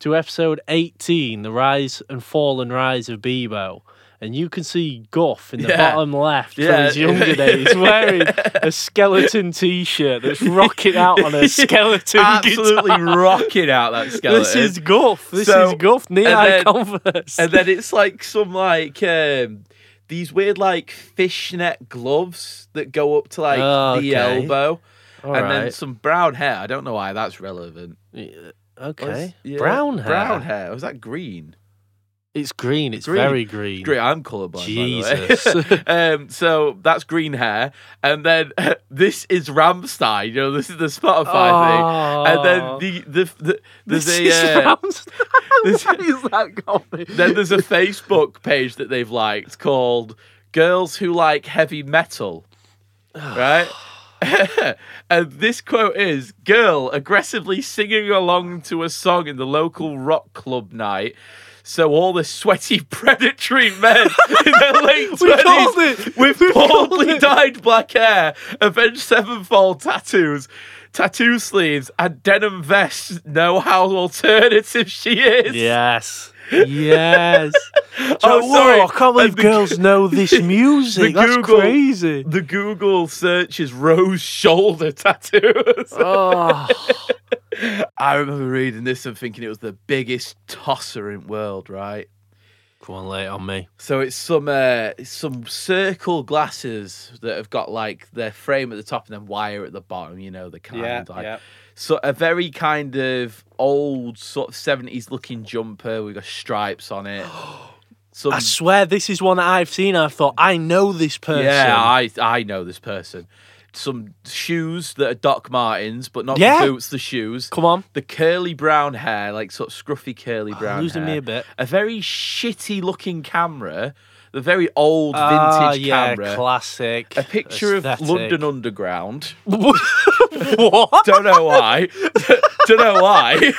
S2: to episode 18, the rise and fall and rise of Bebo, and you can see Guff in the
S1: Yeah.
S2: bottom left from
S1: Yeah.
S2: his younger days wearing a skeleton T-shirt that's rocking out on a skeleton
S1: Absolutely
S2: guitar.
S1: rocking out that skeleton.
S2: This is Guff. This
S1: So-
S2: is Guff. Knee-high
S1: and then-
S2: Converse.
S1: and then it's like some like um these weird like fishnet gloves that go up to like
S2: Oh,
S1: the
S2: okay.
S1: elbow
S2: All
S1: and then
S2: right.
S1: some brown hair i don't know why that's relevant Was-
S2: okay.
S1: yeah,
S2: brown hair.
S1: brown hair was that green
S2: It's green. It's
S1: Green.
S2: very green.
S1: green i'm colorblind by
S2: Jesus.
S1: the way. um so that's green hair and then this is ramstein you know this is the spotify thing and then the the, the there's
S2: Oh. this
S1: a
S2: is
S1: uh,
S2: round-
S1: there's-
S2: Why is that comedy?
S1: then there's a Facebook page that they've liked called Girls Who Like Heavy Metal. Right? and this quote is Girl aggressively singing along to a song in the local rock club night. So all the sweaty predatory men in their late
S2: We called
S1: twenties
S2: it.
S1: with
S2: called
S1: baldly
S2: it.
S1: dyed black hair, Avenged Sevenfold tattoos, tattoo sleeves, and denim vests know how alternative she is.
S2: Yes. Yes. So,
S1: Oh, sorry.
S2: Whoa, I can't believe
S1: And the-
S2: girls know this music. That's
S1: Google-
S2: crazy.
S1: The Google search is rose shoulder tattoos.
S2: Oh,
S1: I remember reading this and thinking it was the biggest tosser in world, right?
S2: come on, lay it on me.
S1: So it's some uh, some circle glasses that have got like their frame at the top and then wire at the bottom. You know the kind. like- So a very kind of old sort of seventies looking jumper. We got stripes on it. Some
S2: I swear this is one that I've seen. I thought I know this person.
S1: Yeah, I I know this person. Some shoes that are Doc Martens, but not
S2: Yeah.
S1: the boots, the shoes.
S2: Come on,
S1: The curly brown hair, like sort of scruffy curly brown
S2: Ah, losing
S1: hair.
S2: me a bit.
S1: a very shitty looking camera, the very old
S2: Ah,
S1: vintage
S2: yeah,
S1: camera.
S2: classic.
S1: a picture
S2: aesthetic.
S1: of London Underground.
S2: what?
S1: Don't know why. Don't know why.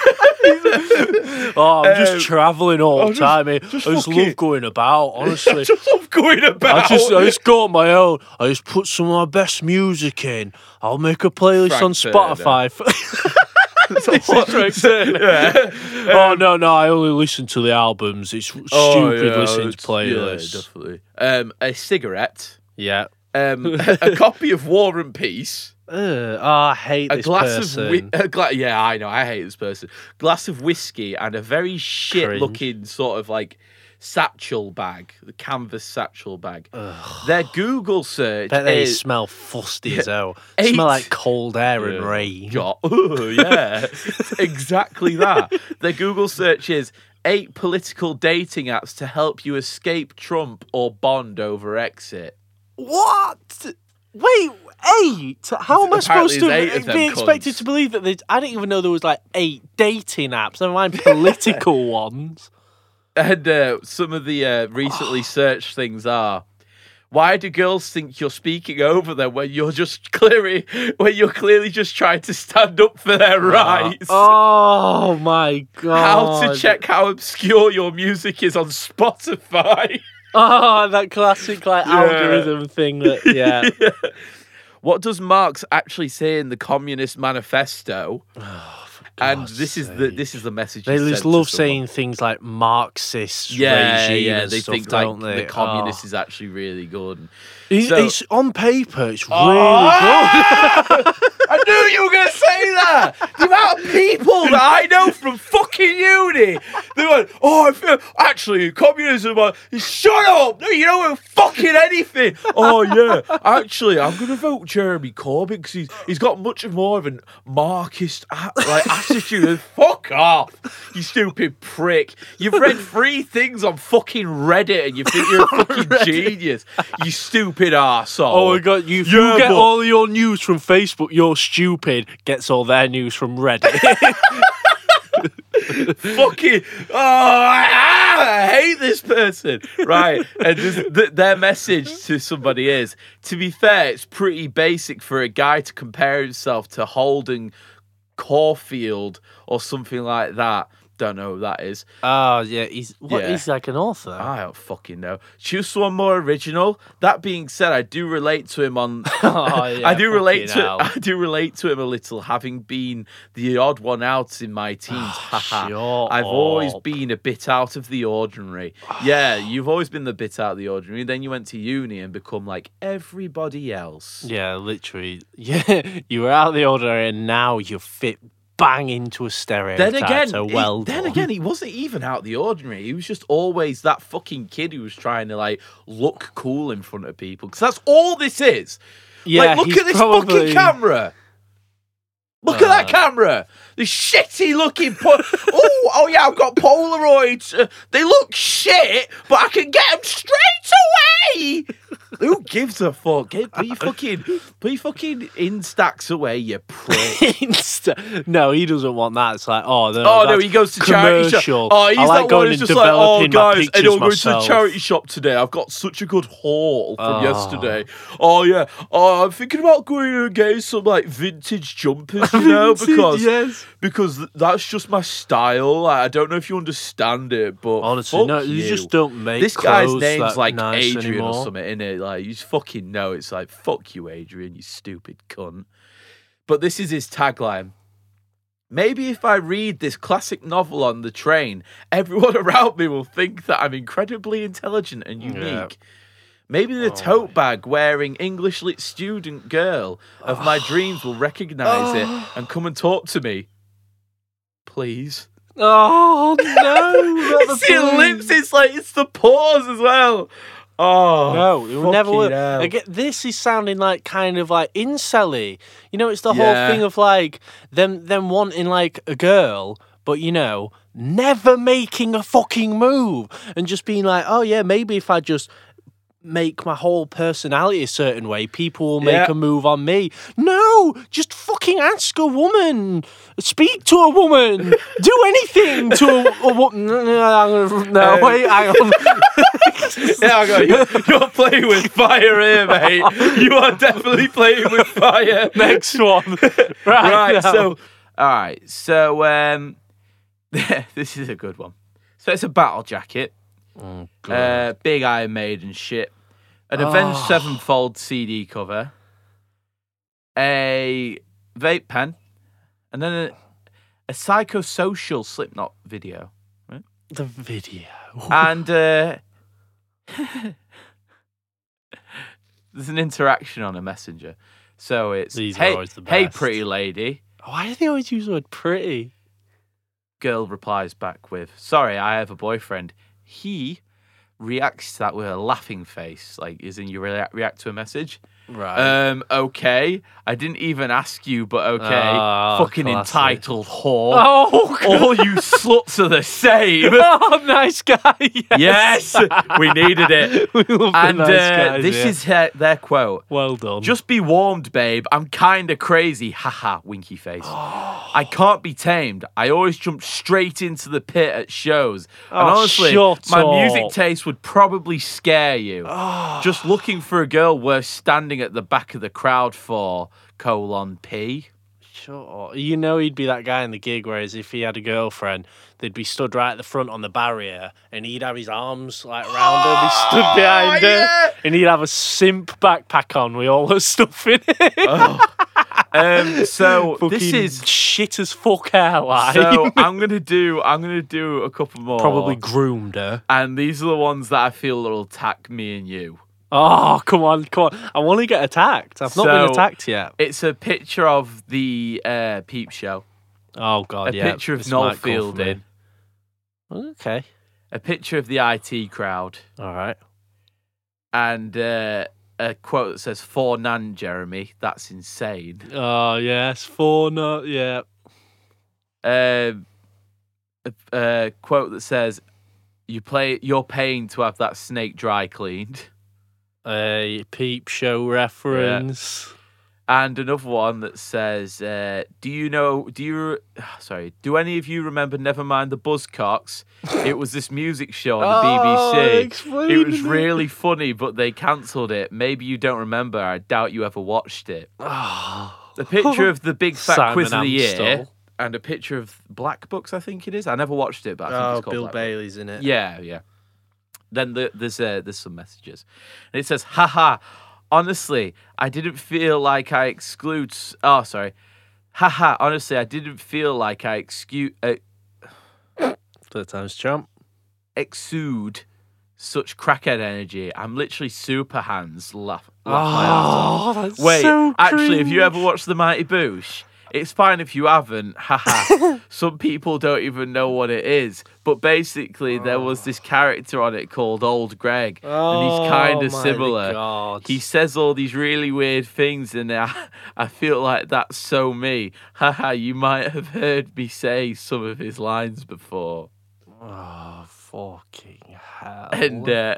S2: Oh, I'm
S1: Um,
S2: just travelling all
S1: I
S2: the
S1: just-
S2: time. mate.
S1: just
S2: I just
S1: fucking-
S2: love going about. Honestly,
S1: I just love going about.
S2: I just, I
S1: Oh,
S2: just go on my own. I just put some of my best music in. I'll make a playlist
S1: Frank
S2: on Spotify.
S1: This
S2: is
S1: Yeah.
S2: oh no, no, I only listen to the albums. It's Oh, stupid listening to
S1: Oh, it's- Yeah,
S2: playlists.
S1: definitely. Um, a cigarette,
S2: Yeah.
S1: um, a copy of War and Peace,
S2: Ugh, oh, I hate
S1: a
S2: this
S1: glass
S2: person.
S1: of whi- a gla- yeah, I know, I hate this person. Glass of whiskey and a very shit-looking sort of like satchel bag, the canvas satchel bag.
S2: Ugh.
S1: Their Google search
S2: Bet they
S1: is
S2: smell fusty as hell.
S1: Eight-
S2: Smell like cold air and
S1: Yeah.
S2: rain.
S1: Got- Ooh, yeah, exactly that. Their Google search is eight political dating apps to help you escape Trump or bond over exit.
S2: What? Wait, eight? How am I
S1: Apparently
S2: supposed to
S1: there's eight of them
S2: be expected
S1: cunts.
S2: to believe that? There's, I didn't even know there was like eight dating apps. Never mind political ones.
S1: And uh, some of the uh, recently searched things are: Why do girls think you're speaking over them when you're just clearly when you're clearly just trying to stand up for their rights?
S2: Oh my god!
S1: How to check how obscure your music is on Spotify?
S2: Oh, that classic like
S1: Yeah.
S2: algorithm thing. That yeah.
S1: what does Marx actually say in the Communist Manifesto?
S2: Oh, for
S1: and
S2: God's
S1: this is the
S2: sake.
S1: this is the message.
S2: They
S1: he's sent
S2: just
S1: to
S2: love
S1: someone.
S2: saying things like Marxist
S1: yeah,
S2: regime
S1: yeah.
S2: and
S1: They
S2: stuff,
S1: think like
S2: don't they?
S1: the communist
S2: Oh.
S1: is actually really good.
S2: It's,
S1: So- Ah!
S2: it's on paper. It's really
S1: I knew you were going to say that. The amount of people that I know from fucking uni, they went, "Oh, I feel actually communism." uh, Shut up! No, you don't know fucking anything. Oh yeah, actually, I'm going to vote Jeremy Corbyn because he's he's got much more of a Marxist a- like attitude. Fuck off, you stupid prick! You've read three things on fucking Reddit and you think you're a fucking genius. You stupid arsehole.
S2: Oh my god, you, if
S1: Yeah,
S2: you get
S1: but-
S2: all your news from Facebook, you're stupid, gets all their news from Reddit.
S1: fucking oh I, ah, I hate this person right and just, th- their message to somebody is to be fair it's pretty basic for a guy to compare himself to Holden Caulfield or something like that don't know who that is
S2: oh yeah, he's what
S1: Yeah. Ah,
S2: he's like an author.
S1: I don't fucking know choose someone more original that being said I do relate to him on
S2: Oh, yeah,
S1: I do relate
S2: fucking
S1: to
S2: hell.
S1: I do relate to him a little, having been the odd one out in my teens. Haha.
S2: Ah, shut
S1: I've always
S2: up.
S1: been a bit out of the ordinary. yeah, you've always been the bit out of the ordinary. Then you went to uni and become like everybody else.
S2: Yeah, literally. Yeah, you were out of the ordinary, and now you fit bang into a stereotype.
S1: Then again,
S2: so
S1: he-
S2: well
S1: then
S2: done.
S1: again, he wasn't even out the ordinary. He was just always that fucking kid who was trying to like look cool in front of people because that's all this is.
S2: yeah,
S1: like, look
S2: he's
S1: at this
S2: probably-
S1: fucking camera. Look at that
S2: Uh.
S1: camera. The shitty looking. Po- oh, oh yeah, I've got Polaroids. Uh, they look shit, but I can get them straight away. Who gives a fuck? Get, put your fucking, put your fucking Instax away, you prick.
S2: Insta- no, he doesn't want that. It's like, oh no,
S1: Oh no,
S2: that's
S1: he goes to charity
S2: commercial.
S1: shop. Oh, he's
S2: I like
S1: that one
S2: going
S1: who's
S2: and
S1: just like, oh
S2: developing my
S1: guys,
S2: pictures
S1: anyone going to the
S2: myself.
S1: charity shop today? I've got such a good haul from
S2: Oh.
S1: yesterday. Oh yeah, oh I'm thinking about going and getting some like vintage jumpers, you know, because
S2: yes.
S1: because th- that's just my style. Like, I don't know if you understand it, but
S2: honestly,
S1: fuck
S2: no,
S1: you.
S2: you. just don't make
S1: This guy's
S2: clothes
S1: name's
S2: that
S1: like
S2: nice
S1: Adrian
S2: anymore.
S1: or something, innit? Like you just fucking know it's like fuck you, Adrian, you stupid cunt. But this is his tagline. Maybe if I read this classic novel on the train, everyone around me will think that I'm incredibly intelligent and unique.
S2: Yeah.
S1: Maybe the
S2: Oh.
S1: tote bag wearing English lit student girl of my dreams will recognize
S2: Oh.
S1: it and come and talk to me. Please.
S2: Oh no! not
S1: it's the
S2: balloon.
S1: ellipsis, it's like it's the pause as well. Oh
S2: No, it will never
S1: fucking
S2: work.
S1: hell.
S2: Again, this is sounding like kind of like incelly. You know, it's the
S1: Yeah.
S2: whole thing of like them them wanting like a girl, but you know, never making a fucking move and just being like, oh yeah, maybe if I just make my whole personality a certain way, people will make
S1: Yeah.
S2: a move on me. No, just fucking ask a woman, speak to a woman, do anything to a, a woman. No, no, no,
S1: Um,
S2: wait, hang on.
S1: Yeah, I go, you're, you're playing with fire here, mate. You are definitely playing with fire.
S2: Next one. Right.
S1: right,
S2: now.
S1: so all right, so um, this is a good one. So it's a battle jacket,
S2: Oh,
S1: uh, big Iron Maiden shit, an Avenged
S2: Oh.
S1: Sevenfold CD cover, a vape pen, and then a, a psychosocial Slipknot video,
S2: the video.
S1: and uh, there's an interaction on a messenger. So it's
S2: These are
S1: hey,
S2: always the
S1: hey,
S2: best.
S1: pretty lady.
S2: Why do they always use the word pretty?
S1: Girl replies back with, Sorry, I have a boyfriend. He reacts to that with a laughing face, like, is in you rea- react to a message.
S2: Right.
S1: Um, okay. I didn't even ask you, but okay.
S2: Oh,
S1: Fucking
S2: classy.
S1: entitled whore.
S2: oh, God.
S1: All you sluts are the same.
S2: oh, nice guy. Yes.
S1: yes, we needed it.
S2: we love the
S1: And
S2: nice
S1: uh,
S2: guys,
S1: this
S2: yeah.
S1: is her, their quote.
S2: well done.
S1: Just be warmed, babe. I'm kinda crazy. Haha, winky face. I can't be tamed. I always jump straight into the pit at shows. and
S2: Oh,
S1: honestly,
S2: shut
S1: my
S2: up.
S1: music taste would probably scare you.
S2: Oh.
S1: Just looking for a girl worth standing at the back of the crowd for colon P.
S2: Sure. You know he'd be that guy in the gig, whereas if he had a girlfriend, they'd be stood right at the front on the barrier, and he'd have his arms like round her, he stood behind
S1: yeah.
S2: her, and he'd have a simp backpack on with all her stuff in it.
S1: Um,
S2: Oh,
S1: so this
S2: Fucking
S1: is
S2: shit as fuck hairline.
S1: so I'm gonna do I'm gonna do a couple more
S2: Probably groomed her.
S1: and these are the ones that I feel that'll attack me and you.
S2: Oh, come on, come on. I want to get attacked. I've not
S1: So-
S2: been attacked yet.
S1: It's a picture of the uh, peep show.
S2: Oh, God,
S1: a
S2: yeah.
S1: picture of
S2: this might
S1: Noel
S2: come for me.
S1: Fielding.
S2: Okay.
S1: A picture of the IT crowd.
S2: All right.
S1: And uh, a quote that says, For Nan, Jeremy. That's insane.
S2: Oh, yes. Four, no, yeah.
S1: Um, a, a quote that says, you play, you're paying to have that snake dry cleaned.
S2: A peep show reference.
S1: And another one that says, uh, "Do you know? Do you? Sorry, do any of you remember? Never mind the Buzzcocks. it was this music show on the
S2: Oh,
S1: BBC.
S2: BBC.
S1: It was really funny, but they cancelled it. Maybe you don't remember. I doubt you ever watched it.
S2: Oh,
S1: The picture of the big fat
S2: Simon
S1: quiz of the year
S2: Amstel.
S1: and a picture of Black Books. I think it is. I never watched it, but I think
S2: Oh,
S1: it's called
S2: Bill
S1: Black Books.
S2: Bailey's in it.
S1: Yeah, yeah. Then the, there's uh, there's some messages, and it says, "Haha, honestly, I didn't feel like I exclude. s- Oh, sorry. Haha, honestly, I didn't feel like I excu- uh,
S2: Third time's champ.
S1: exude such crackhead energy. I'm literally super hands. Laugh. laugh my ass off.
S2: Oh, that's
S1: Wait,
S2: so
S1: actually, have you
S2: cringe.
S1: ever watched The Mighty Boosh? It's fine if you haven't. Haha. Some people don't even know what it is. But basically, there was this character on it called Old Greg, and he's
S2: Oh,
S1: kind of similar. He says all these really weird things, and I, I feel like that's so me. Haha, you might have heard me say some of his lines before.
S2: oh, fucking hell.
S1: And uh,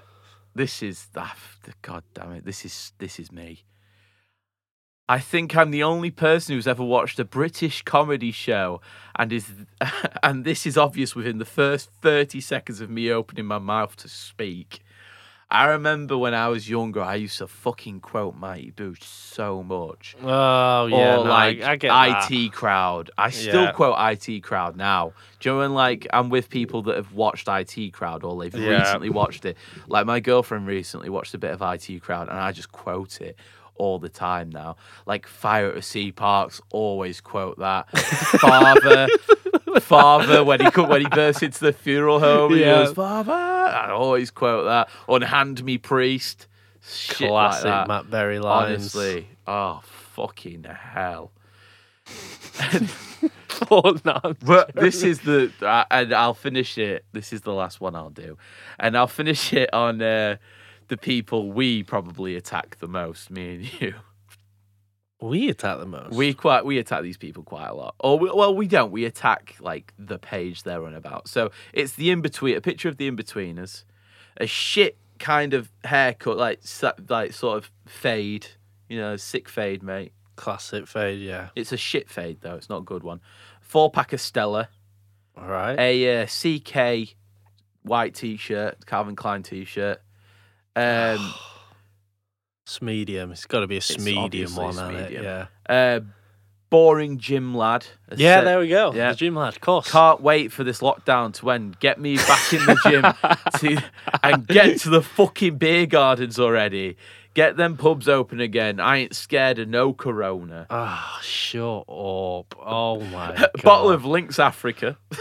S1: this is ah, f- God damn it. This is this is me. I think I'm the only person who's ever watched a British comedy show, and is and this is obvious within the first thirty seconds of me opening my mouth to speak. I remember when I was younger, I used to fucking quote Mighty Boosh so much.
S2: oh, yeah.
S1: or
S2: no, I-
S1: like
S2: I, get that.
S1: IT crowd. I still
S2: Yeah.
S1: quote IT crowd now. Do you know when like I'm with people that have watched IT crowd or they've
S2: Yeah.
S1: recently watched it? Like my girlfriend recently watched a bit of IT crowd and I just quote it all the time now. Like Fire at Sea Parks, always quote that. Father, father, when he co- when he bursts into the funeral home, he
S2: Yeah.
S1: goes father. I always quote that. Unhand me, priest. Shit like
S2: Classic
S1: that.
S2: Matt Berry lines.
S1: Honestly, oh fucking hell!
S2: Oh, no.
S1: But this is the uh, and I'll finish it. This is the last one I'll do, and I'll finish it on uh, the people we probably attack the most. Me and you,
S2: We attack the most.
S1: we quite we attack these people quite a lot. Or we, well, we don't. We attack like the page they're on about. So it's the in between, a picture of the in betweeners, a shit kind of haircut, like sa- like sort of fade, you know, sick fade, mate.
S2: Classic fade, yeah.
S1: It's a shit fade though. It's not a good one. Four pack of Stella,
S2: All right.
S1: a uh, CK white t-shirt, Calvin Klein t-shirt. Um,
S2: It's medium. It's got to be a medium
S1: obviously
S2: one,
S1: it's
S2: hasn't
S1: medium.
S2: it? Yeah.
S1: uh, boring gym lad. has
S2: Yeah,
S1: said,
S2: there we go.
S1: yeah.
S2: The gym lad, of course.
S1: Can't wait for this lockdown to end. Get me back in the gym to, and get to the fucking beer gardens already. Get them pubs open again. I ain't scared of no corona.
S2: Ah, shut up. Oh, my God.
S1: Bottle of Lynx Africa.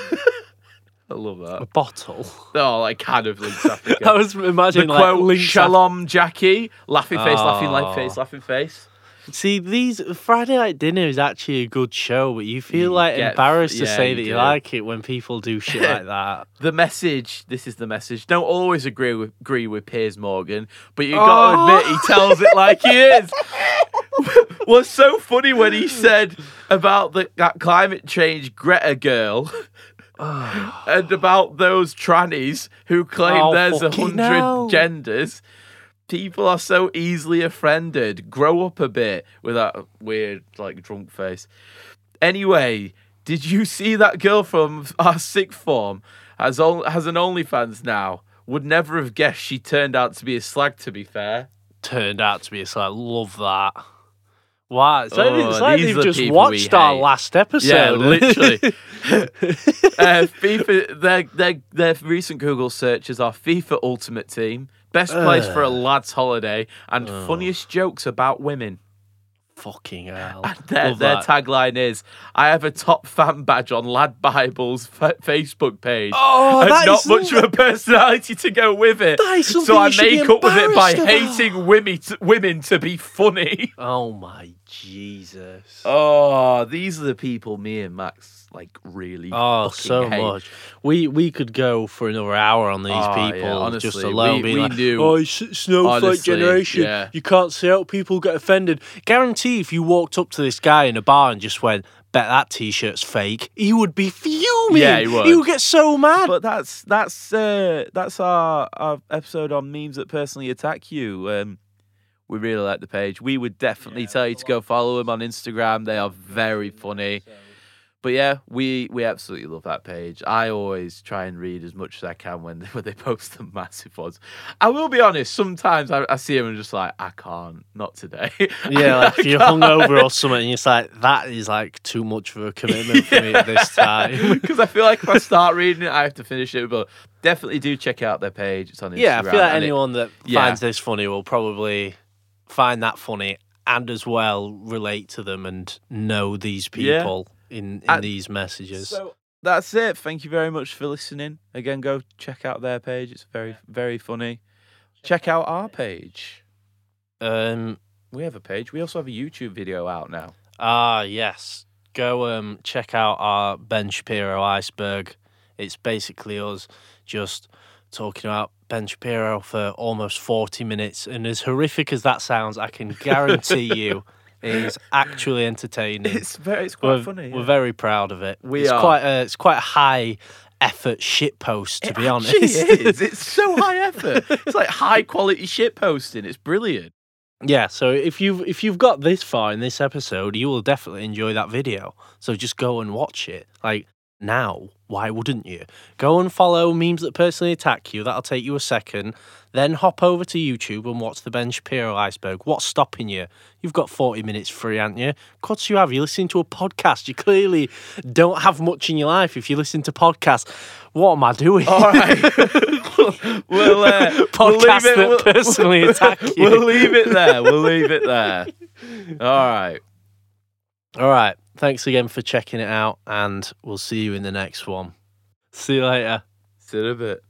S1: I love that.
S2: A bottle.
S1: Oh, like kind of Lynx Africa.
S2: I was imagining
S1: the
S2: like
S1: quote
S2: links
S1: shalom jackie laughing face laughing like
S2: Oh.
S1: face laughing face
S2: up- See, these Friday Night Dinner is actually a good show, but you feel
S1: You
S2: like
S1: get-
S2: embarrassed to
S1: yeah,
S2: say
S1: you
S2: that you
S1: do.
S2: like it when people do shit like that.
S1: the message this is the message don't always agree with agree with piers morgan but you gotta
S2: Oh.
S1: admit he tells it like he is was so funny when he said about the, that climate change greta girl and about those trannies who claim
S2: Oh,
S1: there's a
S2: fucking
S1: hundred
S2: hell.
S1: genders people are so easily offended grow up a bit with that weird like drunk face Anyway, did you see that girl from our sixth form has on, has an OnlyFans now? Would never have guessed she turned out to be a slag. To be fair,
S2: Turned out to be it's like love that. Wow, it's like,
S1: Oh,
S2: it's like
S1: these are
S2: they've
S1: the
S2: just
S1: people we
S2: watched our
S1: hate.
S2: last episode.
S1: yeah, literally. uh, FIFA, their, their their recent Google searches are FIFA Ultimate
S2: Uh. Oh.
S1: Team, best place for a lads' holiday, and funniest jokes about women.
S2: Fucking hell.
S1: And their,
S2: Love
S1: their
S2: that.
S1: tagline is I have a top fan badge on Lad Bible's fa- Facebook page.
S2: oh,
S1: and
S2: that
S1: not
S2: is
S1: much of a personality to go with it.
S2: That is something
S1: So I
S2: you should be
S1: make up with it by
S2: embarrassed about.
S1: hating women to, women to be funny.
S2: Oh my Jesus.
S1: Oh, these are the people me and Max like really.
S2: Oh,
S1: fucking
S2: so
S1: hate.
S2: much. We we could go for another hour on these
S1: Oh, yeah,
S2: people
S1: honestly,
S2: just alone.
S1: we-
S2: being
S1: we
S2: like,
S1: knew-
S2: oh, it's a snowflake
S1: Honestly,
S2: generation.
S1: yeah.
S2: You can't see how people get offended. Guarantee if you walked up to this guy in a bar and just went, "Bet that t-shirt's fake," he would be fuming.
S1: Yeah, he would.
S2: He would get so mad.
S1: But that's that's uh, that's our, our episode on memes that personally attack you. Um, we really like the page. We would definitely tell you to go follow them on Instagram. They are very funny. But yeah, we we absolutely love that page. I always try and read as much as I can when they, when they post the massive ones. I will be honest. Sometimes I, I see them and just like I can't, not today.
S2: yeah, like
S1: I
S2: if you're
S1: can't.
S2: hungover or something, and it's like that is like too much of a commitment for me at this time.
S1: Because I feel like if I start reading it, I have to finish it. But definitely do check out their page. It's on Instagram.
S2: Yeah, I feel like
S1: and it-
S2: anyone that
S1: yeah.
S2: finds this funny will probably find that funny and as well relate to them and know these
S1: Yeah.
S2: people in, in
S1: And-
S2: these messages.
S1: So that's it. Thank you very much for listening. Again, go check out their page. It's very, very funny. Check out our page.
S2: um
S1: We have a page. We also have a YouTube video out now.
S2: ah yes. Go um check out our Ben Shapiro iceberg. It's basically us just talking about Ben Shapiro for almost 40 minutes and as horrific as that sounds, I can guarantee you it is actually entertaining.
S1: It's very, it's quite
S2: we're,
S1: funny.
S2: we're very proud of it.
S1: We
S2: it's
S1: are.
S2: quite a, it's quite a high effort shit post to be honest.
S1: is. It's so high effort. It's like high quality shit posting. It's brilliant.
S2: yeah, so if you've if you've got this far in this episode, you will definitely enjoy that video. So just go and watch it. Like now, why wouldn't you? Go and follow memes that personally attack you. That'll take you a second. Then hop over to YouTube and watch the Ben Shapiro iceberg. What's stopping you? You've got 40 minutes free, aren't you? Of course you have. You're listening to a podcast. You clearly don't have much in your life if you listen to podcasts. What am I doing?
S1: All right. we'll, uh, we'll
S2: Podcasts
S1: leave it.
S2: that
S1: we'll-
S2: personally attack you.
S1: we'll leave it there. We'll leave it there. All right.
S2: All right. Thanks again for checking it out, and we'll see you in the next one. See you later.
S1: Sit a bit.